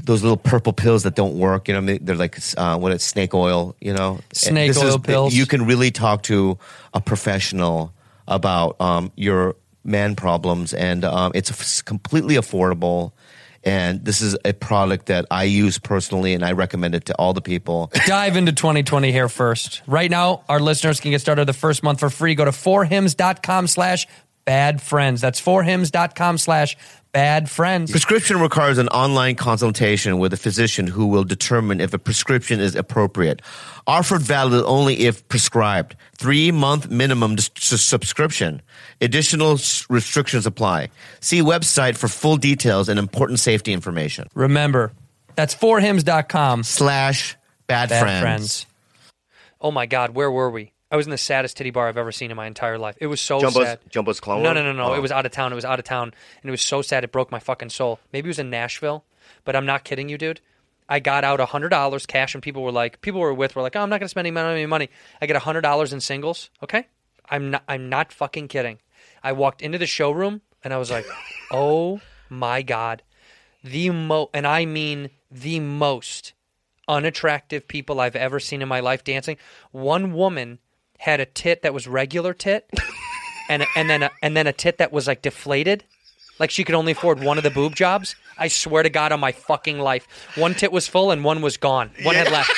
those little purple pills that don't work, you know, they- they're like uh, what it's snake oil, you know.
Snake
This
oil pills.
You can really talk to a professional about um, your man problems, and um, it's f- completely affordable. And this is a product that I use personally, and I recommend it to all the people.
dive into 2020 here first. Right now, our listeners can get started the first month for free. Go to forhims.com slash bad friends. That's forhims.com slash bad friends.
Prescription requires an online consultation with a physician who will determine if a prescription is appropriate. Offered valid only if prescribed. Three month minimum s- s- subscription. Additional s- restrictions apply. See website for full details and important safety information.
Remember, that's forhims.com
Slash bad,
bad
friends.
friends.
Oh my God, where were we? I was in the saddest titty bar I've ever seen in my entire life. It was so
Jumbo's-
sad.
Jumbo's Clown
No,
Room?
no, no, no.
Oh.
It was out of town. It was out of town, and it was so sad. It broke my fucking soul. Maybe it was in Nashville, but I'm not kidding you, dude. I got out hundred dollars cash, and people were like, people were with were like, oh, I'm not gonna spend any money, any money. I get hundred dollars in singles. Okay, I'm not, I'm not fucking kidding. I walked into the showroom and I was like, oh my god, the mo, and I mean the most unattractive people I've ever seen in my life dancing. One woman had a tit that was regular tit, and and then a, and then a tit that was like deflated, like she could only afford one of the boob jobs. I swear to God on my fucking life, one tit was full and one was gone. One had left.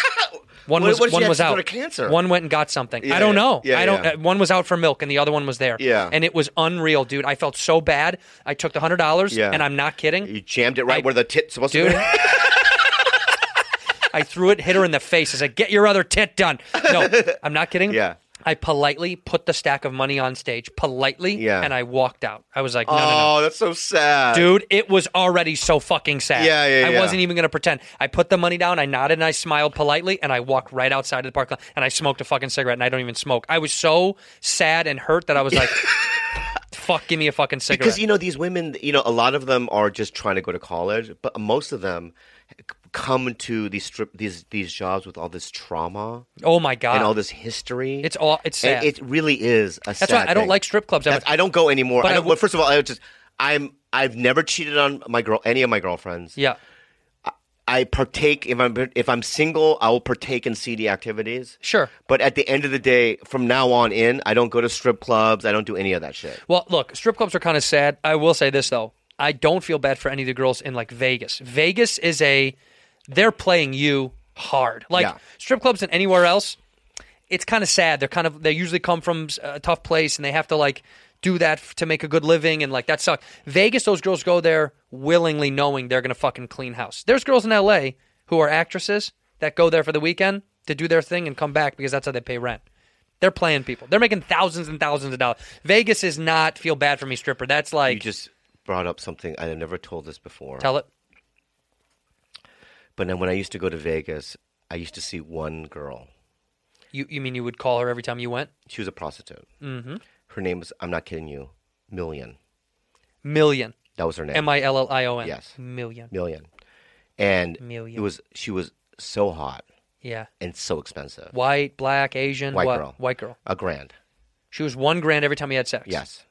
One
What-
was
what if she
one
had
was
to go
out.
to cancer?
One went and got something.
Yeah,
I don't
yeah.
know.
Yeah,
I don't.
yeah.
uh, One was out for milk and the other one was there.
Yeah.
and it was unreal, dude. I felt so bad. I took the hundred dollars,
Yeah.
and I'm not kidding.
You jammed it right
I-
where the tit's supposed
dude.
to be.
I threw it, hit her in the face. I said, "Get your other tit done." No, I'm not kidding.
Yeah.
I politely put the stack of money on stage, politely,
Yeah.
and I walked out. I was like, "No, no, no."
Oh, that's so sad.
Dude, it was already so fucking sad.
Yeah, yeah,
I
yeah.
wasn't even gonna pretend. I put the money down, I nodded and I smiled politely, and I walked right outside of the parking lot and I smoked a fucking cigarette and I don't even smoke. I was so sad and hurt that I was like, fuck, give me a fucking cigarette.
Because you know these women, you know a lot of them are just trying to go to college, but most of them c- come to these strip these these jobs with all this trauma
oh my god.
and all this history.
It's all- it's
And
sad.
it really is a.
That's why I don't like strip clubs that much.
I don't go anymore.
But
I
I
don't,
w-
but first of all, I just I'm I've never cheated on my girl any of my girlfriends.
yeah.
I partake if I'm if I'm single, I will partake in seedy activities.
Sure.
But at the end of the day, from now on in, I don't go to strip clubs. I don't do any of that shit.
Well, look, strip clubs are kind of sad. I will say this though, I don't feel bad for any of the girls in like Vegas. Vegas is a they're playing you hard. Like
Yeah.
strip clubs and anywhere else, it's kind of sad. They're kind of they usually come from a tough place and they have to like do that f- to make a good living and like that sucks. Vegas, those girls go there willingly, knowing they're gonna fucking clean house. There's girls in L.A. who are actresses that go there for the weekend to do their thing and come back because that's how they pay rent. They're playing people. They're making thousands and thousands of dollars. Vegas is not feel bad for me stripper. That's like
You just brought up something I had never told this before.
tell it.
But then when I used to go to Vegas, I used to see one girl.
You you mean you would call her every time you went?
She was a prostitute. Mm-hmm. Her name was, I'm not kidding you, Million.
Million.
That was her name.
M I L L I O N.
Yes.
Million.
Million. And
Million.
it was she was so hot
Yeah.
and so expensive.
White, black, Asian,
White
what?
girl.
White girl.
A grand.
She was one grand every time he had sex.
Yes.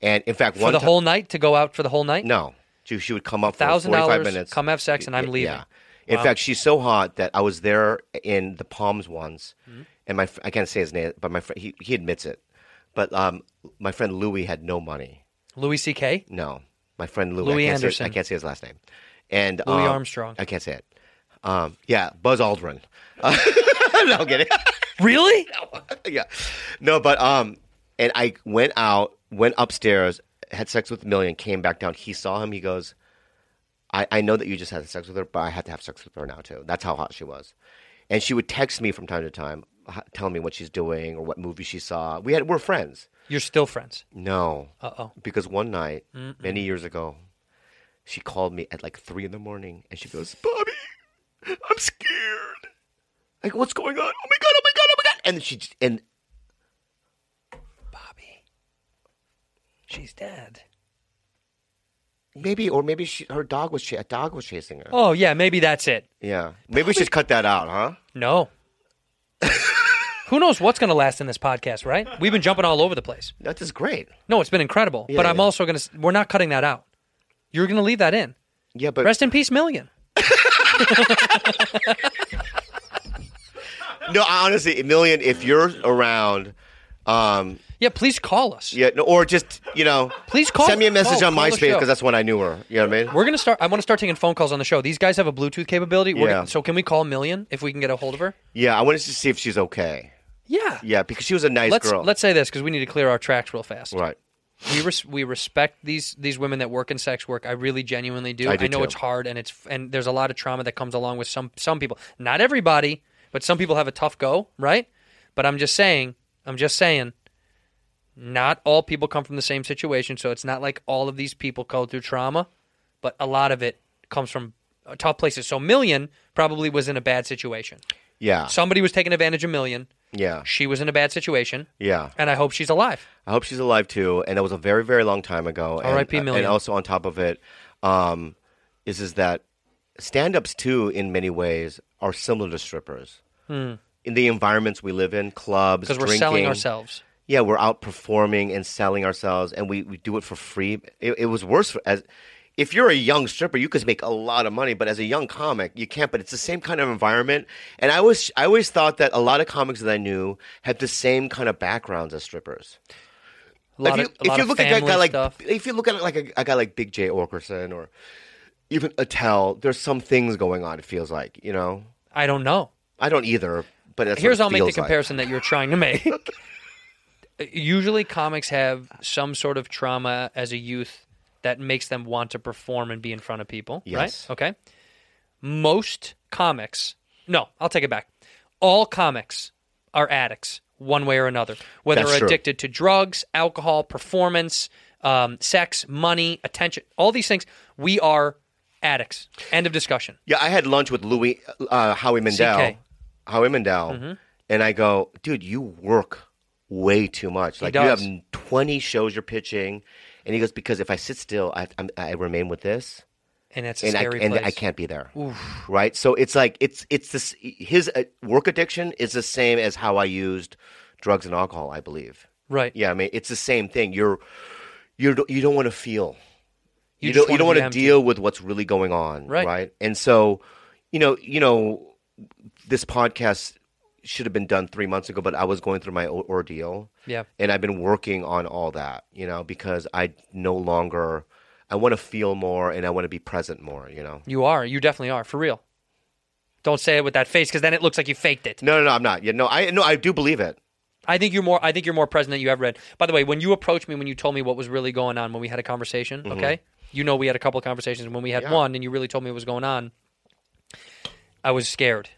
And in fact,
For
one
the
ti-
whole night to go out for the whole night.
No. She, she would come up for
Thousand
45
dollars.
minutes.
Come have sex and I'm leaving.
Yeah. In fact, she's so hot that I was there in the Palms once,
Mm-hmm.
and my fr- I can't say his name, but my friend he, he admits it. But um, my friend Louis had no money.
Louis C.K.
No, my friend Louis.
Louis
I can't say-
Anderson.
I can't say his last name. And
Louis
um,
Armstrong.
I can't say it. Um, yeah, Buzz Aldrin. Uh, no, get it.
Really?
yeah, no, but um, and I went out, went upstairs, had sex with Million, came back down. He saw him. He goes, I, I know that you just had sex with her, but I have to have sex with her now too. That's how hot she was. And she would text me from time to time, h- telling me what she's doing or what movie she saw. We had we're friends.
You're still friends.
Mm. No,
Uh-oh.
because one night, many years ago, she called me at like three in the morning, and she goes, "Bobby, I'm scared. Like, what's going on? Oh my god! Oh my god! Oh my god!" And then she just, and
She's dead.
Maybe, or maybe she, her dog was cha- a dog was chasing her.
Oh yeah, maybe that's it.
Yeah, maybe we should cut that out, huh?
No. Who knows what's going to last in this podcast, right? We've been jumping all over the place.
That is great.
No, it's been incredible. but I'm
yeah.
also going to. We're not cutting that out. You're going to leave that in.
Yeah, but
Rest in peace, Million.
no, honestly, Emilian, if you're around, um,
Yeah, please call us.
yeah, no, or just you know,
Please call-
Send me a message
call-
on
call the
MySpace
show.
because that's when I knew her. You know what I mean?
We're gonna start. I want to start taking phone calls on the show. These guys have a Bluetooth capability. We're
Yeah.
gonna- so can we call Million if we can get a hold of her?
Yeah, I wanted to see if she's okay.
Yeah.
Yeah, because she was a nice
Let's
girl.
let's say this because we need to clear our tracks real fast.
right.
We res- we respect these these women that work in sex work. I really genuinely do.
I do
know
too.
it's hard and it's and there's a lot of trauma that comes along with some some people. Not everybody, but some people have a tough go, right? But I'm just saying. I'm just saying. Not all people come from the same situation, so it's not like all of these people go through trauma, but a lot of it comes from uh, tough places. So Million probably was in a bad situation.
Yeah.
Somebody was taking advantage of Million.
yeah.
She was in a bad situation,
Yeah.
and I hope she's alive.
I hope she's alive too. And that was a very, very long time ago. And- uh,
R.I.P. Million.
And also on top of it, um, is is that stand-ups too, in many ways, are similar to strippers. In the environments we live in, clubs,
because Hmm. we're
drinking,
selling ourselves.
Yeah, we're out performing and selling ourselves, and we, we do it for free. It, it was worse for, as if you're a young stripper, you could make a lot of money, but as a young comic, you can't. But it's the same kind of environment, and I was I always thought that a lot of comics that I knew had the same kind of backgrounds as strippers.
A lot
if you,
of, a lot
if you
of
look at a
family
guy like
stuff.
if you look at like a, a guy like Big J Orkerson or even Attell, there's some things going on. It feels like you know.
I don't know.
I don't either, but that's
Here's
what
I'll
it
make the
feels like.
comparison that you're trying to make. Usually, comics have some sort of trauma as a youth that makes them want to perform and be in front of people.
Yes.
Right? Okay. Most comics, no, I'll take it back. All comics are addicts, one way or another. Whether
That's true.
addicted to drugs, alcohol, performance, um, sex, money, attention, all these things, we are addicts. End of discussion.
Yeah, I had lunch with Louis uh, Howie Mandel.
CK.
Howie Mandel,
Mm-hmm.
and I go, dude, you work way too much. like
does.
you have twenty shows you're pitching, and he goes because if I sit still, I I'm, I remain with this,
And that's a
and I
scary
and
place.
I can't be there. Right, so it's like it's it's this his uh, work addiction is the same as how I used drugs and alcohol, I believe.
Right.
Yeah, I mean it's the same thing. You're you're you don't want to feel. You,
just
don't you
wanna
don't want
be
to
empty.
deal with what's really going on,
Right.
And so, you know, you know, this podcast should have been done three months ago, but I was going through my o- ordeal.
Yeah.
And I've been working on all that, you know, because I no longer I want to feel more and I want to be present more, you know.
You are. You definitely are. For real. Don't say it with that face, because then it looks like you faked it.
No, no, no, I'm not. Yeah, no, I no, I do believe it.
I think you're more. I think you're more present than you ever read. By the way, when you approached me, when you told me what was really going on, when we had a conversation, okay, you know we had a couple of conversations. When we had
Mm-hmm. Yeah.
one, and you really told me what was going on, I was scared.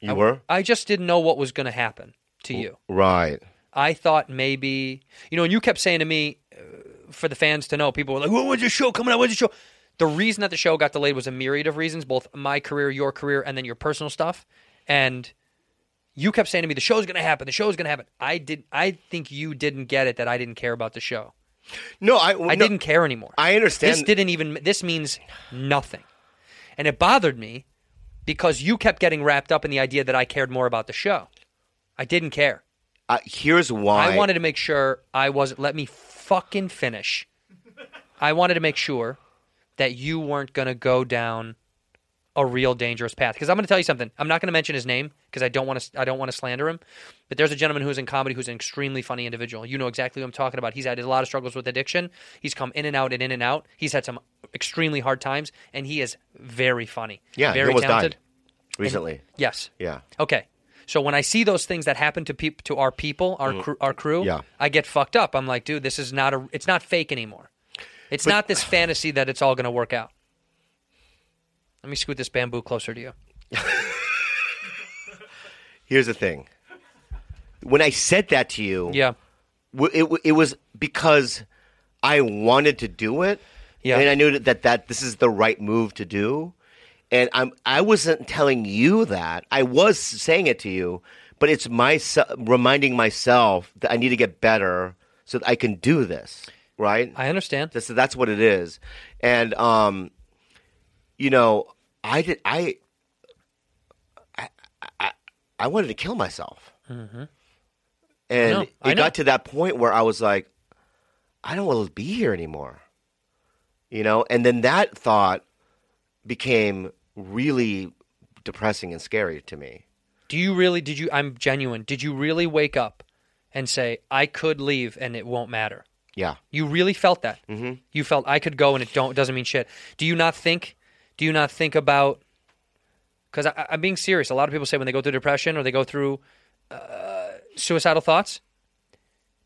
You were
I just didn't know what was going to happen to you.
right.
I thought maybe you know, and you kept saying to me uh, for the fans to know. People were like, "When was your show coming out? When's your show?" The reason that the show got delayed was a myriad of reasons, both my career, your career, and then your personal stuff. And you kept saying to me, "The show's going to happen. The show's going to happen." I did. I think you didn't get it that I didn't care about the show.
No, I
I
no,
didn't care anymore.
I understand.
This didn't even. This means nothing, and it bothered me because you kept getting wrapped up in the idea that I cared more about the show. I didn't care.
Uh, here's why
I wanted to make sure I wasn't. Let me fucking finish. I wanted to make sure that you weren't going to go down a real dangerous path. Because I'm going to tell you something. I'm not going to mention his name because I don't want to. I don't want to slander him. But there's a gentleman who's in comedy who's an extremely funny individual. You know exactly who I'm talking about. He's had a lot of struggles with addiction. He's come in and out and in and out. He's had some extremely hard times, and he is very funny.
Yeah, he
very
almost
talented.
died recently.
Yes.
Yeah.
Okay. So when I see those things that happen to peop- to our people, our crew, our crew,
Mm. Yeah.
I get fucked up. I'm like, dude, this is not a. It's not fake anymore. It's not this fantasy that it's all going to work out. Let me scoot this bamboo closer to you.
Here's the thing. When I said that to you,
Yeah.
w- it, w- it was because I wanted to do it,
Yeah.
and I knew that, that that this is the right move to do, and I'm I wasn't telling you that I was saying it to you, but it's my reminding myself that I need to get better so that I can do this. right?
I understand.
That's that's what it is, and um, you know, I did I, I, I- I wanted to kill myself, and
Mm-hmm. know,
it
I know.
got to that point where I was like, I don't want to be here anymore, you know. And then that thought became really depressing and scary to me.
Do you really? Did you? I'm genuine. Did you really wake up and say, "I could leave and it won't matter"?
Yeah,
You really felt that. Mm-hmm. You felt I could go and it don't it doesn't mean shit. Do you not think? Do you not think about? Because I'm being serious. A lot of people say when they go through depression or they go through uh, suicidal thoughts.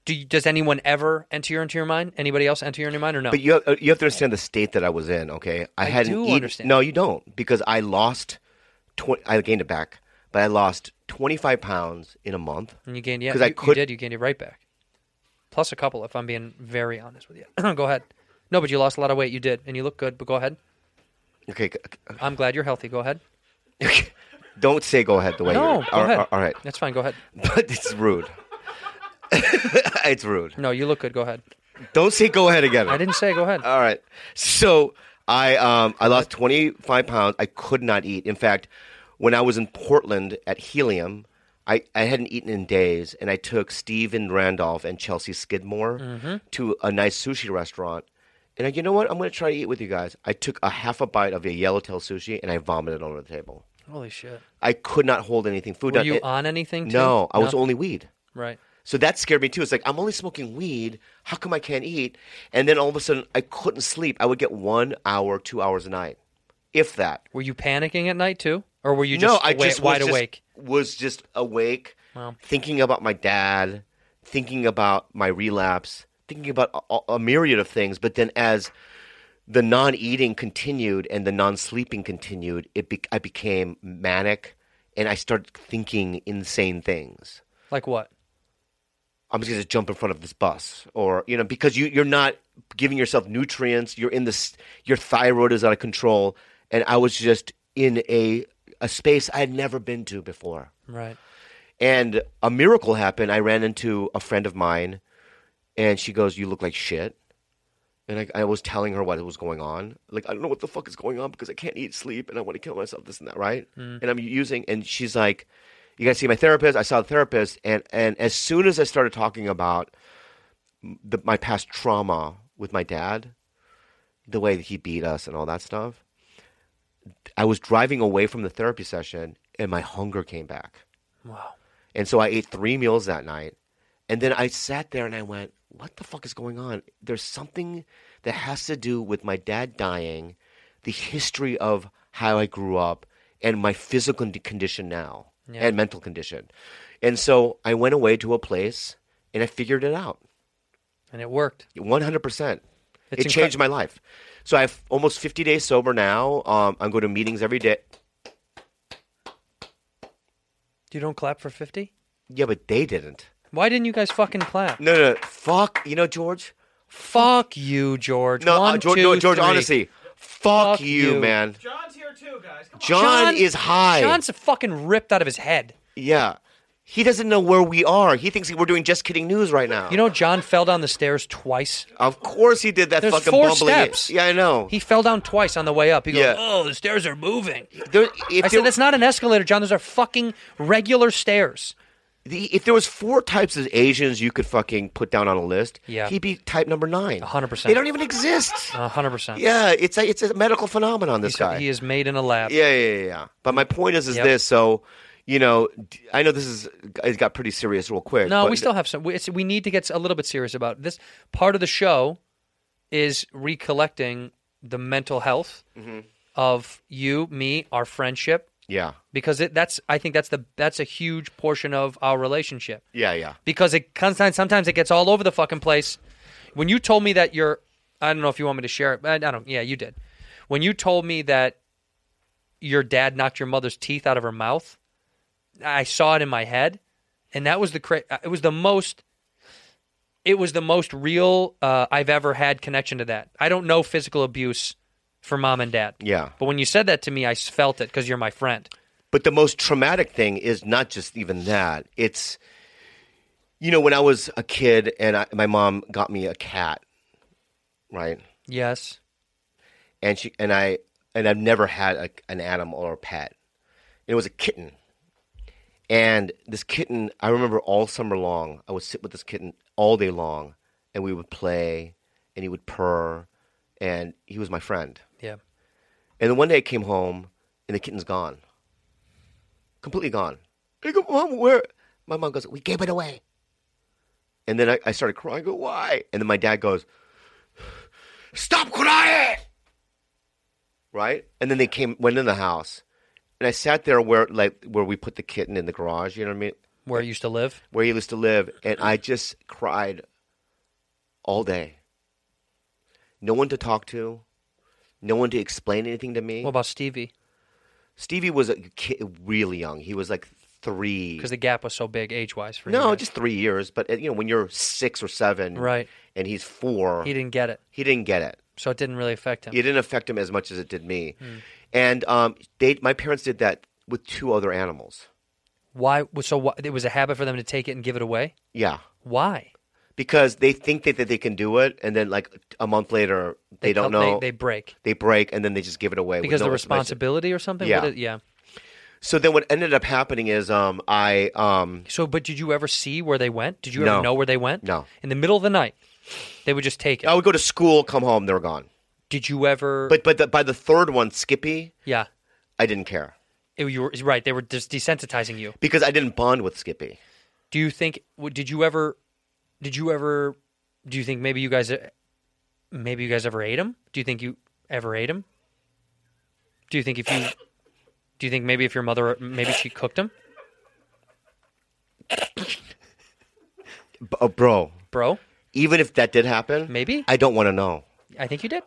Do you, does anyone ever enter your into your mind? Anybody else enter your into your mind or no?
But you have, you have to understand the state that I was in. Okay, I, hadn't.
do
eaten-
understand.
No, you don't, because I lost. Tw- I gained it back, but I lost twenty five pounds in a month.
and you gained yeah.
'Cause
You, you
I could-
did. You gained it right back. Plus a couple, if I'm being very honest with you. go ahead. No, but you lost a lot of weight. You did, and you look good. But go ahead.
Okay, c-
I'm glad you're healthy. Go ahead.
don't say go ahead the way.
No,
you're,
go
all-
ahead.
all- all right,
That's fine. Go ahead.
but it's rude. it's rude.
No, you look good. Go ahead.
Don't say go ahead again.
I didn't say go ahead.
All right. So I um I lost 25 pounds. I could not eat. In fact, when I was in Portland at Helium, I, I hadn't eaten in days, and I took Steve and Randolph and Chelsea Skidmore
Mm-hmm.
to a nice sushi restaurant. And I, you know what? I'm going to try to eat with you guys. I took a half a bite of a yellowtail sushi, and I vomited all over the table.
Holy shit.
I could not hold anything. Food.
Were
down-
you
it-
on anything? Too?
No, I was only weed.
right.
So that scared me too. It's like I'm only smoking weed. How come I can't eat? And then all of a sudden, I couldn't sleep. I would get one hour, two hours a night, if that.
Were you panicking at night too, or were you just,
no, I
wa-
just
wide
was just-
awake?
was just awake, thinking about my dad, thinking about my relapse, thinking about a, a myriad of things. But then as the non-eating continued and the non-sleeping continued, it be- I became manic, and I started thinking insane things.
Like what?
I'm just going to jump in front of this bus, or you know, because you you're not giving yourself nutrients. You're in this. Your thyroid is out of control, and I was just in a a space I had never been to before.
Right.
And a miracle happened. I ran into a friend of mine, and she goes, "You look like shit." And I, I was telling her what was going on. Like, I don't know what the fuck is going on because I can't eat, sleep, and I want to kill myself, this and that, right? And I'm using, and she's like, "You gotta see my therapist." I saw the therapist, and and as soon as I started talking about the, my past trauma with my dad, the way that he beat us and all that stuff, I was driving away from the therapy session, and my hunger came back.
Wow.
And so I ate three meals that night. And then I sat there and I went, what the fuck is going on? There's something that has to do with my dad dying, the history of how I grew up, and my physical d- condition now and mental condition. And so I went away to a place and I figured it out
And it worked.
100%.
It's
it
incre-
changed my life. So I have almost 50 days sober now. Um, I'm going to meetings every day.
You don't clap for fifty.
Yeah, but they didn't.
Why didn't you guys fucking clap?
No, no, no. Fuck. You know, George?
Fuck you, George.
No,
One,
uh, George,
two,
no, George.
three.
Honestly, fuck,
Fuck
you,
you.
man.
John's here too, guys. Come on.
John, is high.
John's fucking ripped out of his head.
yeah, he doesn't know where we are. He thinks we're doing just kidding news right now.
You know, John fell down the stairs twice.
of course he did that
There's
fucking
four
bumbling.
steps.
Yeah, I know.
He fell down twice on the way up. He goes,
Oh. Yeah.
"Oh, the stairs are moving."
There- if,
I
there,
said, "That's not an escalator, John. Those are fucking regular stairs."
the, if there was four types of Asians you could fucking put down on a list,
Yeah.
he'd be type number nine.
100%.
They don't even exist.
hundred percent.
yeah, it's a it's a medical phenomenon. This guy.
He is made in a lab.
Yeah, yeah, yeah, yeah. But my point is, is
Yep.
this? So, you know, d- I know this is it got pretty serious real quick.
No,
but
we still have some. We, it's, we need to get a little bit serious about it. this part of the show. Is recollecting the mental health
Mm-hmm.
of you, me, our friendship,
Yeah,
because it, that's I think that's the that's a huge portion of our relationship.
yeah, yeah.
Because it sometimes sometimes it gets all over the fucking place. When you told me that you're, I don't know if you want me to share it, but I don't. Yeah, you did. When you told me that your dad knocked your mother's teeth out of her mouth, I saw it in my head, and that was the cra- uh, it was the most it was the most real uh, I've ever had connection to that. I don't know physical abuse for mom and dad.
Yeah.
But when you said that to me, I s- felt it because you're my friend.
But the most traumatic thing is not just even that. It's, you know, when I was a kid and I, my mom got me a cat right?
Yes.
and she and I and I've never had a, an animal or a pet. It was a kitten, and this kitten I remember all summer long. I would sit with this kitten all day long, and we would play, and he would purr, and he was my friend.
Yeah.
And then one day I came home, and the kitten's gone, completely gone. I go, mom, where? My mom goes, we gave it away. And then I, I started crying. I go, why? And then my dad goes, stop crying right? And then they came, went in the house, and I sat there where like where we put the kitten in the garage. You know what I mean?
Where I used to live.
Where he used to live, and I just cried all day. No one to talk to, no one to explain anything to me.
What about Stevie?
Stevie was a kid, really young. He was like three.
Because the gap was so big age wise for you.
No,
guys.
just three years. But uh, you know, when you're six or seven,
Right.
and he's four,
he didn't get it,
he didn't get it.
so it didn't really affect him.
It didn't affect him as much as it did me.
Hmm.
And um, they, my parents did that with two other animals.
Why? So what, it was a habit for them to take it and give it away.
Yeah,
Why?
because they think that, that they can do it, and then like a month later, they, don't
come-
know.
They, they break
They break, and then they just give it away with
because
no
the
explanation.
responsibility or something.
Yeah.
What it- yeah.
So then, what ended up happening is, um, I um,
So, but did you ever see where they went? Did you
No.
ever know where they went?
No.
In the middle of the night, they would just take it.
I would go to school, come home, they were gone.
Did you ever?
But but the, by the third one, Skippy,
yeah,
I didn't care
It- you were right. They were just desensitizing you.
because I didn't bond with Skippy.
Do you think? w- Did you ever? Did you ever? Do you think maybe you guys, uh, maybe you guys ever ate them? Do you think you ever ate them? Do you think if you, do you think maybe if your mother maybe she cooked them,
B- oh, bro,
bro?
even if that did happen,
Maybe.
I don't want to know.
I think you did.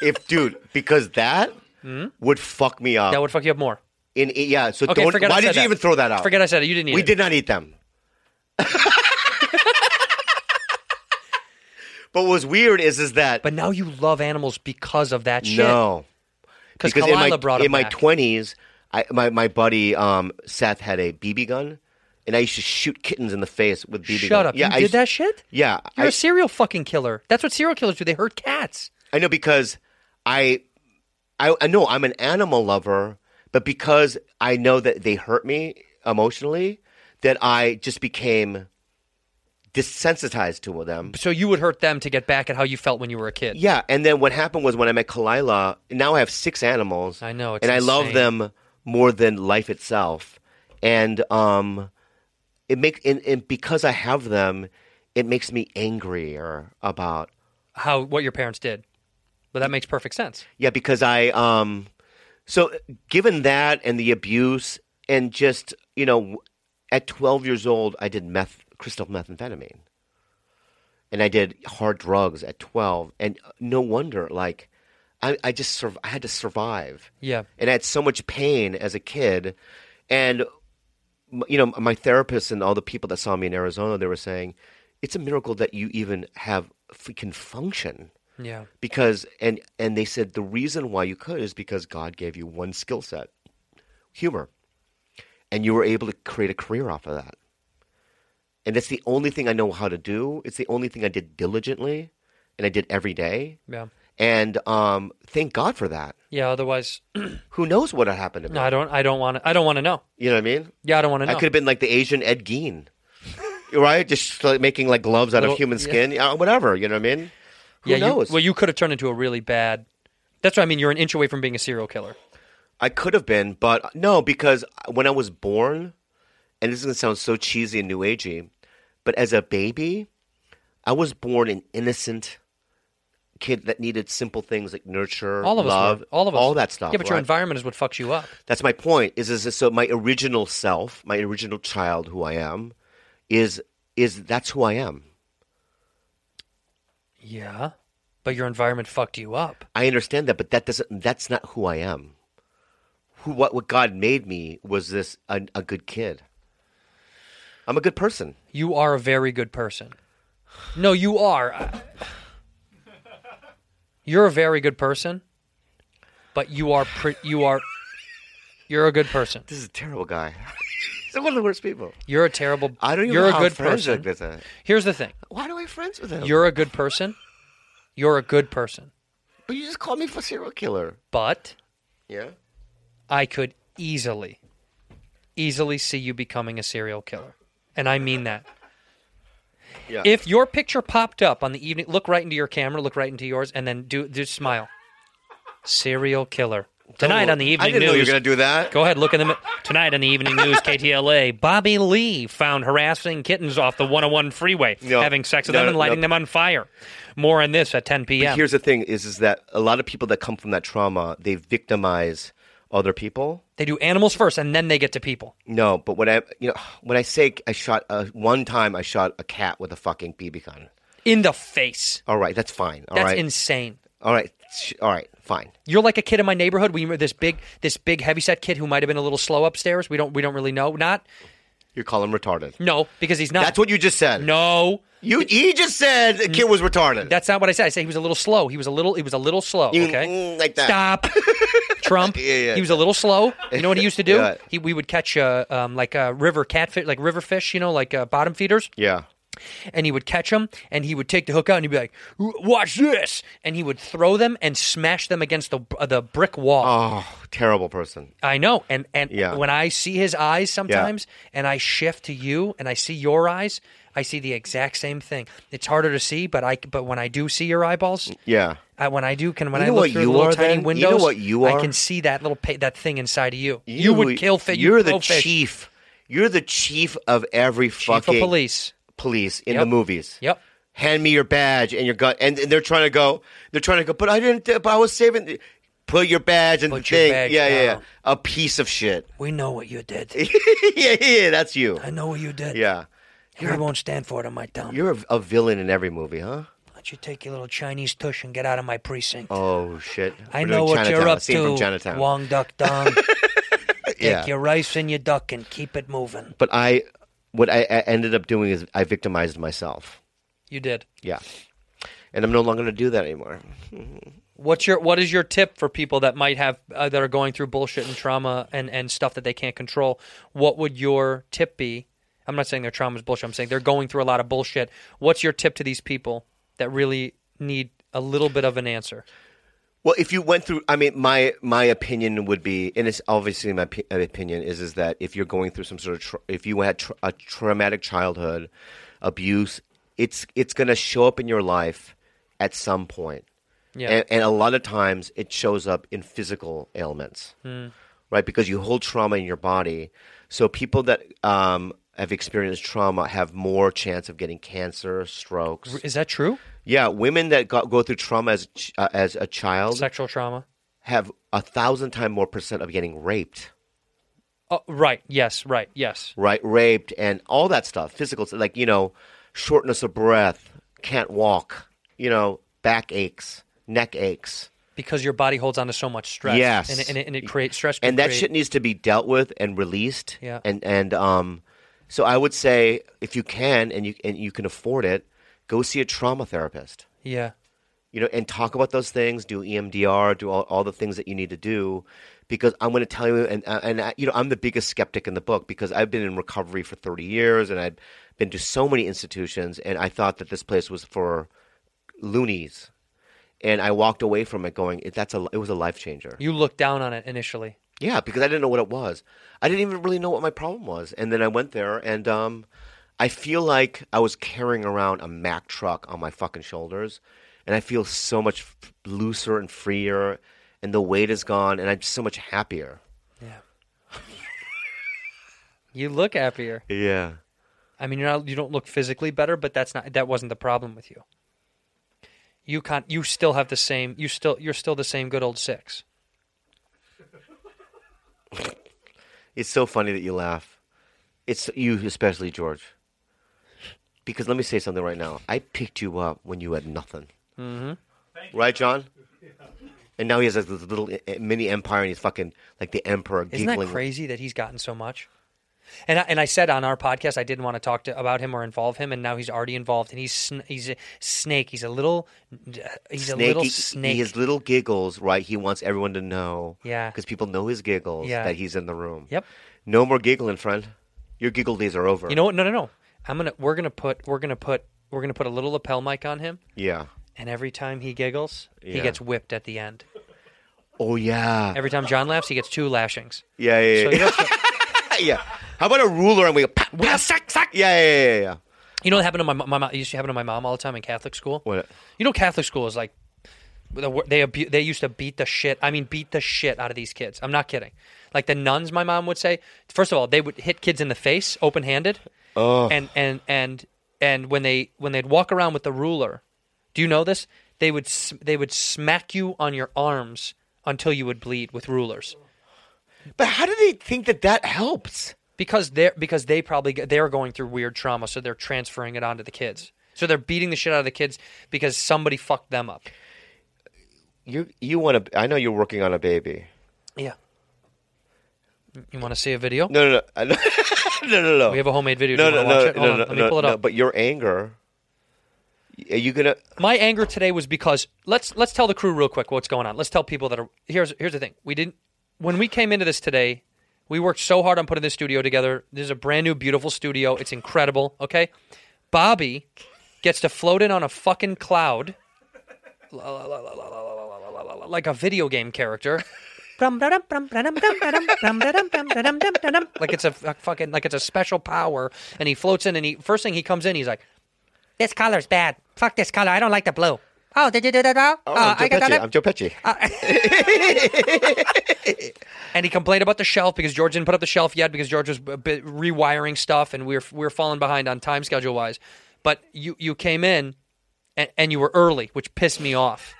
If dude, because that would fuck me up.
That would fuck you up more.
In yeah, so
Okay,
don't.
forget I
Why did you
said that.
even throw that out?
Forget I said it. You didn't eat
we
it.
did not eat them. but what was weird is is that
But now you love animals because of that shit.
no,
because
in my
Kalila brought him
in my
back.
twenties, I my my buddy um, Seth had a BB gun, and I used to shoot kittens in the face with BB.
Shut
gun.
up!
Yeah,
you
I
did
used-
that shit.
Yeah,
You're a
I,
serial fucking killer. That's what serial killers do. They hurt cats.
I know because I, I I know I'm an animal lover, but because I know that they hurt me emotionally, that I just became desensitized to them.
So you would hurt them to get back at how you felt when you were a kid.
Yeah, and then what happened was when I met Kalila, now I have six animals.
I know, it's
and I love
insane.
them more than life itself, and um, it makes and, and because I have them, it makes me angrier about
How what your parents did. But that makes perfect sense.
yeah because I um, so given that and the abuse and just you know at twelve years old I did meth crystal methamphetamine, and I did hard drugs at twelve, and no wonder like. I, I just sur- I had to survive.
Yeah.
and I had so much pain as a kid, and m- you know my therapist and all the people that saw me in Arizona, they were saying, "It's a miracle that you even have f- can function."
Yeah.
Because and and they said the reason why you could is because God gave you one skill set, humor, and you were able to create a career off of that. And that's the only thing I know how to do. It's the only thing I did diligently, and I did every day.
Yeah.
And um, thank God for that.
Yeah. Otherwise,
Who knows what happened to me?
no. I don't. I don't want to. I don't want to know.
You know what I mean?
Yeah. I don't want to know.
I could have been like the Asian Ed Gein, right? Just like making like gloves out
Little-
of human
yeah.
skin, uh, whatever. You know what I mean? Who
yeah. you-
knows?
well, you could have turned into a really bad. That's what I mean. You're an inch away from being a serial killer.
I could have been, but no, because when I was born, and this is gonna sound so cheesy and new agey, but as a baby, I was born an innocent kid that needed simple things like nurture,
All of us.
love,
were. All of us.
all that stuff.
Yeah, but your
right?
environment is what fucks you up.
That's my point. Is is so my original self, my original child, who I am, is is that's who I am.
Yeah. But your environment fucked you up.
I understand that, but that doesn't. That's not who I am. Who what what God made me was this a, a good kid. I'm a good person.
You are a very good person. No, you are. I- You're a very good person, but you are pre- you are you're a good person.
This is a terrible guy. He's one of the worst people.
You're a terrible.
I don't even
You're
know
a
how
good
friends
person.
Like this. are.
Here's the thing.
Why do I have friends with him?
You're a good person. You're a good person.
but you just called me for serial killer.
But
Yeah.
I could easily, easily see you becoming a serial killer. And I mean that.
Yeah.
If your picture popped up on the evening, look right into your camera, look right into yours, and then do do smile. Serial killer. Tonight on the evening
I didn't
news.
know you were gonna do that.
Go ahead, look in the mi- tonight on the evening news, KTLA. Bobby Lee found harassing kittens off the 101 freeway,
No.
having sex with
No,
them and
no,
lighting
no.
them on fire. More on this at 10 p.m.
Here's the thing: is is that a lot of people that come from that trauma, they victimize other people.
they do animals first, and then they get to people.
No, but when I, you know, when I say I shot a, one time, I shot a cat with a fucking BB gun.
In the face.
All right, that's fine. All right,
That's insane.
all right, sh- all right, fine.
You're like a kid in my neighborhood. We were this big, this big heavyset kid who might have been a little slow upstairs. We don't, we don't really know. Not
You call him retarded.
no, because he's not.
That's what you just said.
No,
you he just said the kid was retarded.
that's not what I said. I said he was a little slow. He was a little, he was a little slow.
You-
Okay,
mm, like that.
Stop, Trump.
Yeah, yeah.
He was a little slow. You know what he used to do?
Yeah.
He, we would catch uh, um, like uh, river catfish, like river fish. You know, like uh, bottom feeders.
yeah.
and he would catch them and he would take the hook out and he'd be like watch this and he would throw them and smash them against the uh, the brick wall
Oh, terrible person.
i know and and
Yeah.
when i see his eyes sometimes and i shift to you and i see your eyes i see the exact same thing it's harder to see but i but when i do see your eyeballs
Yeah.
I, when I do, can when
You know
I
what
look through the
you
little
are,
tiny
then? You know
windows,
what you
I
are?
can see that little pa- that thing inside of you. You, would kill fish.
You're the chief. You're the chief of every
chief
fucking
of police.
police in
Yep.
the movies.
Yep.
Hand me your badge and your gun, and, and they're trying to go. They're trying to go. But I didn't. But I was saving. the-" Put your badge and the
Put your
thing.
badge
yeah, yeah, yeah.
down.
A piece of shit.
We know what you did.
yeah, yeah, yeah, that's you.
I know what you did.
Yeah,
You won't stand for it on my town.
you're a, a villain in every movie, huh?
Why don't you take your little Chinese tush and get out of my precinct?
Oh shit.
I
We're
know
doing
what
Chinatown,
you're
a
up
scene
to,
From Chinatown.
Wong Duck Dong.
yeah.
Take your rice and your duck and keep it moving.
But I, what I, I ended up doing is I victimized myself.
You did.
Yeah. And I'm no longer going to do that anymore.
What's your What is your tip for people that might have uh, that are going through bullshit and trauma and and stuff that they can't control? What would your tip be? I'm not saying their trauma is bullshit. I'm saying they're going through a lot of bullshit. What's your tip to these people that really need a little bit of an answer?
Well, if you went through, I mean, my my opinion would be, and it's obviously my p- opinion is, is that if you're going through some sort of, tra- if you had tra- a traumatic childhood, abuse, it's it's going to show up in your life at some point.
Yeah.
And, and a lot of times it shows up in physical ailments, right? Because you hold trauma in your body. So people that um, have experienced trauma have more chance of getting cancer, strokes.
Is that true?
Yeah, women that go, go through trauma as a ch- uh, as a child
Sexual trauma.
have a thousand times more percent of getting raped,
Oh, right. Yes. Right. Yes.
right? Raped and all that stuff, physical, stuff, like you know, shortness of breath, can't walk, you know, back aches, neck aches,
because your body holds on to so much stress.
Yes.
and it, and it, and it creates stress. can
and that
create-
shit needs to be dealt with and released.
Yeah.
and and um, so I would say if you can and you and you can afford it, go see a trauma therapist.
Yeah,
you know, and talk about those things. Do E EMDR, do all, all the things that you need to do, because I'm going to tell you, and uh, and I, you know, I'm the biggest skeptic in the book because I've been in recovery for 30 years, and I've been to so many institutions, and I thought that this place was for loonies, and I walked away from it going, "It- that's a, it was a life changer.
you look down on it initially.
Yeah, because I didn't know what it was. I didn't even really know what my problem was, and then I went there, and um, I feel like I was carrying around a Mack truck on my fucking shoulders, and I feel so much f- looser and freer, and the weight is gone, and I'm so much happier.
You look happier.
Yeah,
I mean, you're not you don't look physically better, but that's not that wasn't the problem with you. You can't. You still have the same. You still you're still the same good old six.
it's so funny that you laugh. It's you, especially George, because let me say something right now. I picked you up when you had nothing, mm-hmm. right, John? And now he has like, this little eh, mini empire, and he's fucking like the emperor.
Isn't
giggling.
that crazy that he's gotten so much? And I, and I said on our podcast I didn't want to talk to about him or involve him, and now he's already involved, and he's sn- he's a snake. He's a little he's a little
he-
snake.
he- His little giggles, right? He wants everyone to know.
Yeah.
Because people know his giggles
Yeah.
that he's in the room.
Yep.
No more giggling, friend. Your giggle days are over.
You know what? No, no, no. I'm gonna. We're gonna put. We're gonna put. We're gonna put a little lapel mic on him,
Yeah.
and every time he giggles, he
Yeah.
gets whipped at the end.
Oh yeah.
Every time John laughs, he gets two lashings.
Yeah,
So
yeah, yeah.
you know, so-
yeah. How about a ruler and we go, pat, pat, sack, sack. Yeah, yeah, yeah, yeah, yeah.
you know what happened to my, mo- my mom? It used to happen to my mom all the time in Catholic school.
What?
You know, Catholic school is like the wor- they abu- they used to beat the shit. I mean, beat the shit out of these kids. I'm not kidding. Like the nuns, my mom would say. First of all, they would hit kids in the face, open handed. Oh. And and and and when they when they'd walk around with the ruler, do you know this? They would s- they would smack you on your arms until you would bleed with rulers
But how do they think that that helps?
because they're because they probably g- they're going through weird trauma, so they're transferring it onto the kids. So they're beating the shit out of the kids because somebody fucked them up.
You you want to? I know you're working on a baby.
Yeah. You want to see a video?
No, no, no, I- no, no, no, no.
We have a homemade video. Do
No,
you
no,
want to
no,
watch it? Hold
no,
on.
no,
Let me
no,
pull it
no,
up.
But your anger. Are you gonna?
My anger today was because let's let's tell the crew real quick what's going on. Let's tell people that are here's here's the thing. We didn't when we came into this today, we worked so hard on putting this studio together. This is a brand new, beautiful studio. It's incredible. Okay, Bobby gets to float in on a fucking cloud, La, la, la, la, la, la, la, la, la, la, la, like a video game character. like it's a f- fucking like it's a special power, and he floats in, and he first thing he comes in, he's like, "This color's bad. Fuck this color. I don't like the blue." Oh, did you do that? Oh,
Oh,
I
I'm Joe
got
Pesci.
that.
I'm Joe Pesci.
and he complained about the shelf because George didn't put up the shelf yet because George was b- b- rewiring stuff and we were we were falling behind on time schedule wise. But you you came in and, and you were early, which pissed me off.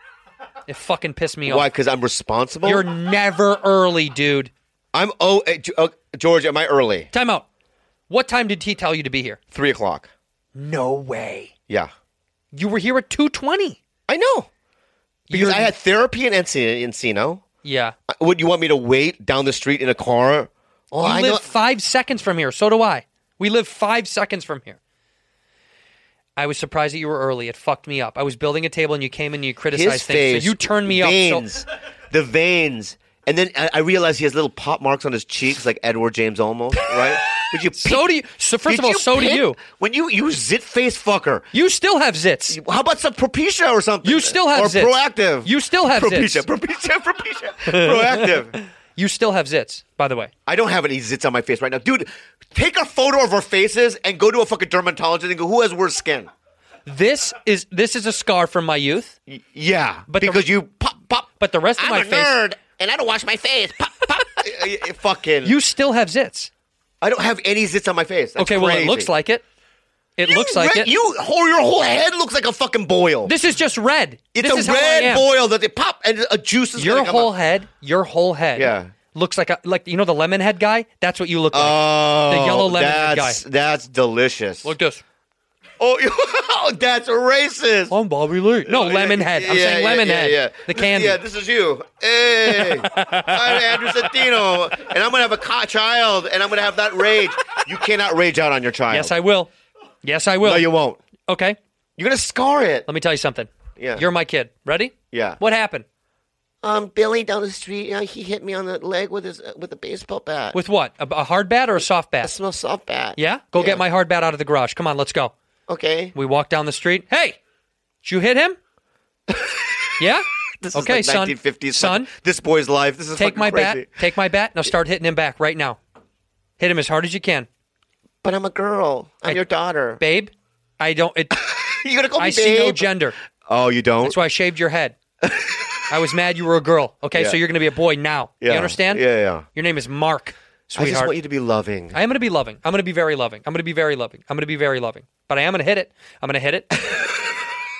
It fucking pissed me
Why?
off.
Because I'm responsible.
You're never early, dude.
I'm oh, eh, G- oh, George. Am I early?
Time out. What time did he tell you to be here?
Three o'clock.
No way.
Yeah,
You were here at two twenty.
I know. Because
You're-
I had therapy in Encino. Encino.
Yeah.
Uh, Would you want me to wait down the street in a car? Oh,
You
I
live
know.
five seconds from here. So do I. We live five seconds from here. I was surprised that you were early. It fucked me up. I was building a table and you came in and you criticized
His
things.
face.
so you turned me up.
veins,
So,
the veins. And then I, I realized he has little pop marks on his cheeks, like Edward James almost, right? Would you? Pick,
so do you. So first
Did
of all,
you
so
pick-
do you.
When you you zit face fucker.
You still have zits.
How about some propecia or something?
You still have
or
zits.
proactive.
You still have
propecia,
zits.
propecia, propecia, proactive.
You still have zits. By the way,
I don't have any zits on my face right now, dude. Take a photo of our faces and go to a fucking dermatologist and go, who has worse skin?
this is this is a scar from my youth.
Y- yeah,
But the-
because you pop pop.
But the rest of
I'm
my
a
face-
nerd and I don't wash my face. Pop pop. I- I- I- fucking.
You still have zits.
I don't have any zits on my face. That's
Okay, well it
crazy.
looks like it. It looks like
Red-
it.
You, whole, your whole head looks like a fucking boil.
this is just red.
it's
this is
a
how I
red
am.
boil that they pop and a juice is
Your
gonna come
whole
out.
head, your whole head,
Yeah.
looks like a like you know the lemon head guy. That's what you look like.
Oh,
the yellow lemon head guy.
that's, That's delicious.
Look this.
Oh, oh, that's racist.
I'm Bobby Lee. No, lemon head. I'm
Yeah,
saying
yeah,
lemon
yeah,
head.
yeah.
The
This-
candy.
Yeah, this is you. Hey, I'm Andrew Santino, and I'm gonna have a co- child, and I'm gonna have that rage. You cannot rage out on your child.
yes, I will. Yes, I will.
No, you won't.
okay.
You're gonna scar it.
Let me tell you something.
Yeah.
You're my kid. Ready?
Yeah.
What happened?
Um, Billy down the street, uh, he hit me on the leg with his uh, with a baseball bat.
With what? A, a hard bat or a soft
a
bat?
small soft bat.
Yeah? Go get my hard bat out of the garage. Come on, let's go.
Okay.
We walk down the street. Hey, did you hit him? yeah?
This
okay,
is like
son.
1950s.
son,
Like, this boy's life. This is
take
fucking
my
crazy.
bat. Take my bat. Now start hitting him back right now. Hit him as hard as you can.
But I'm a girl. I'm
I-
your daughter.
Babe, I don't. It,
You're gonna call me
I see no
babe?
gender.
Oh, you don't.
That's why I shaved your head. I was mad you were a girl. Okay,
Yeah.
so you're going to be a boy now.
Yeah.
You understand?
Yeah, yeah.
Your name is Mark,
I
sweetheart.
just want you to be loving.
I am going to be loving. I'm going to be very loving. I'm going to be very loving. I'm going to be very loving. But I am going to hit it. I'm going to hit it.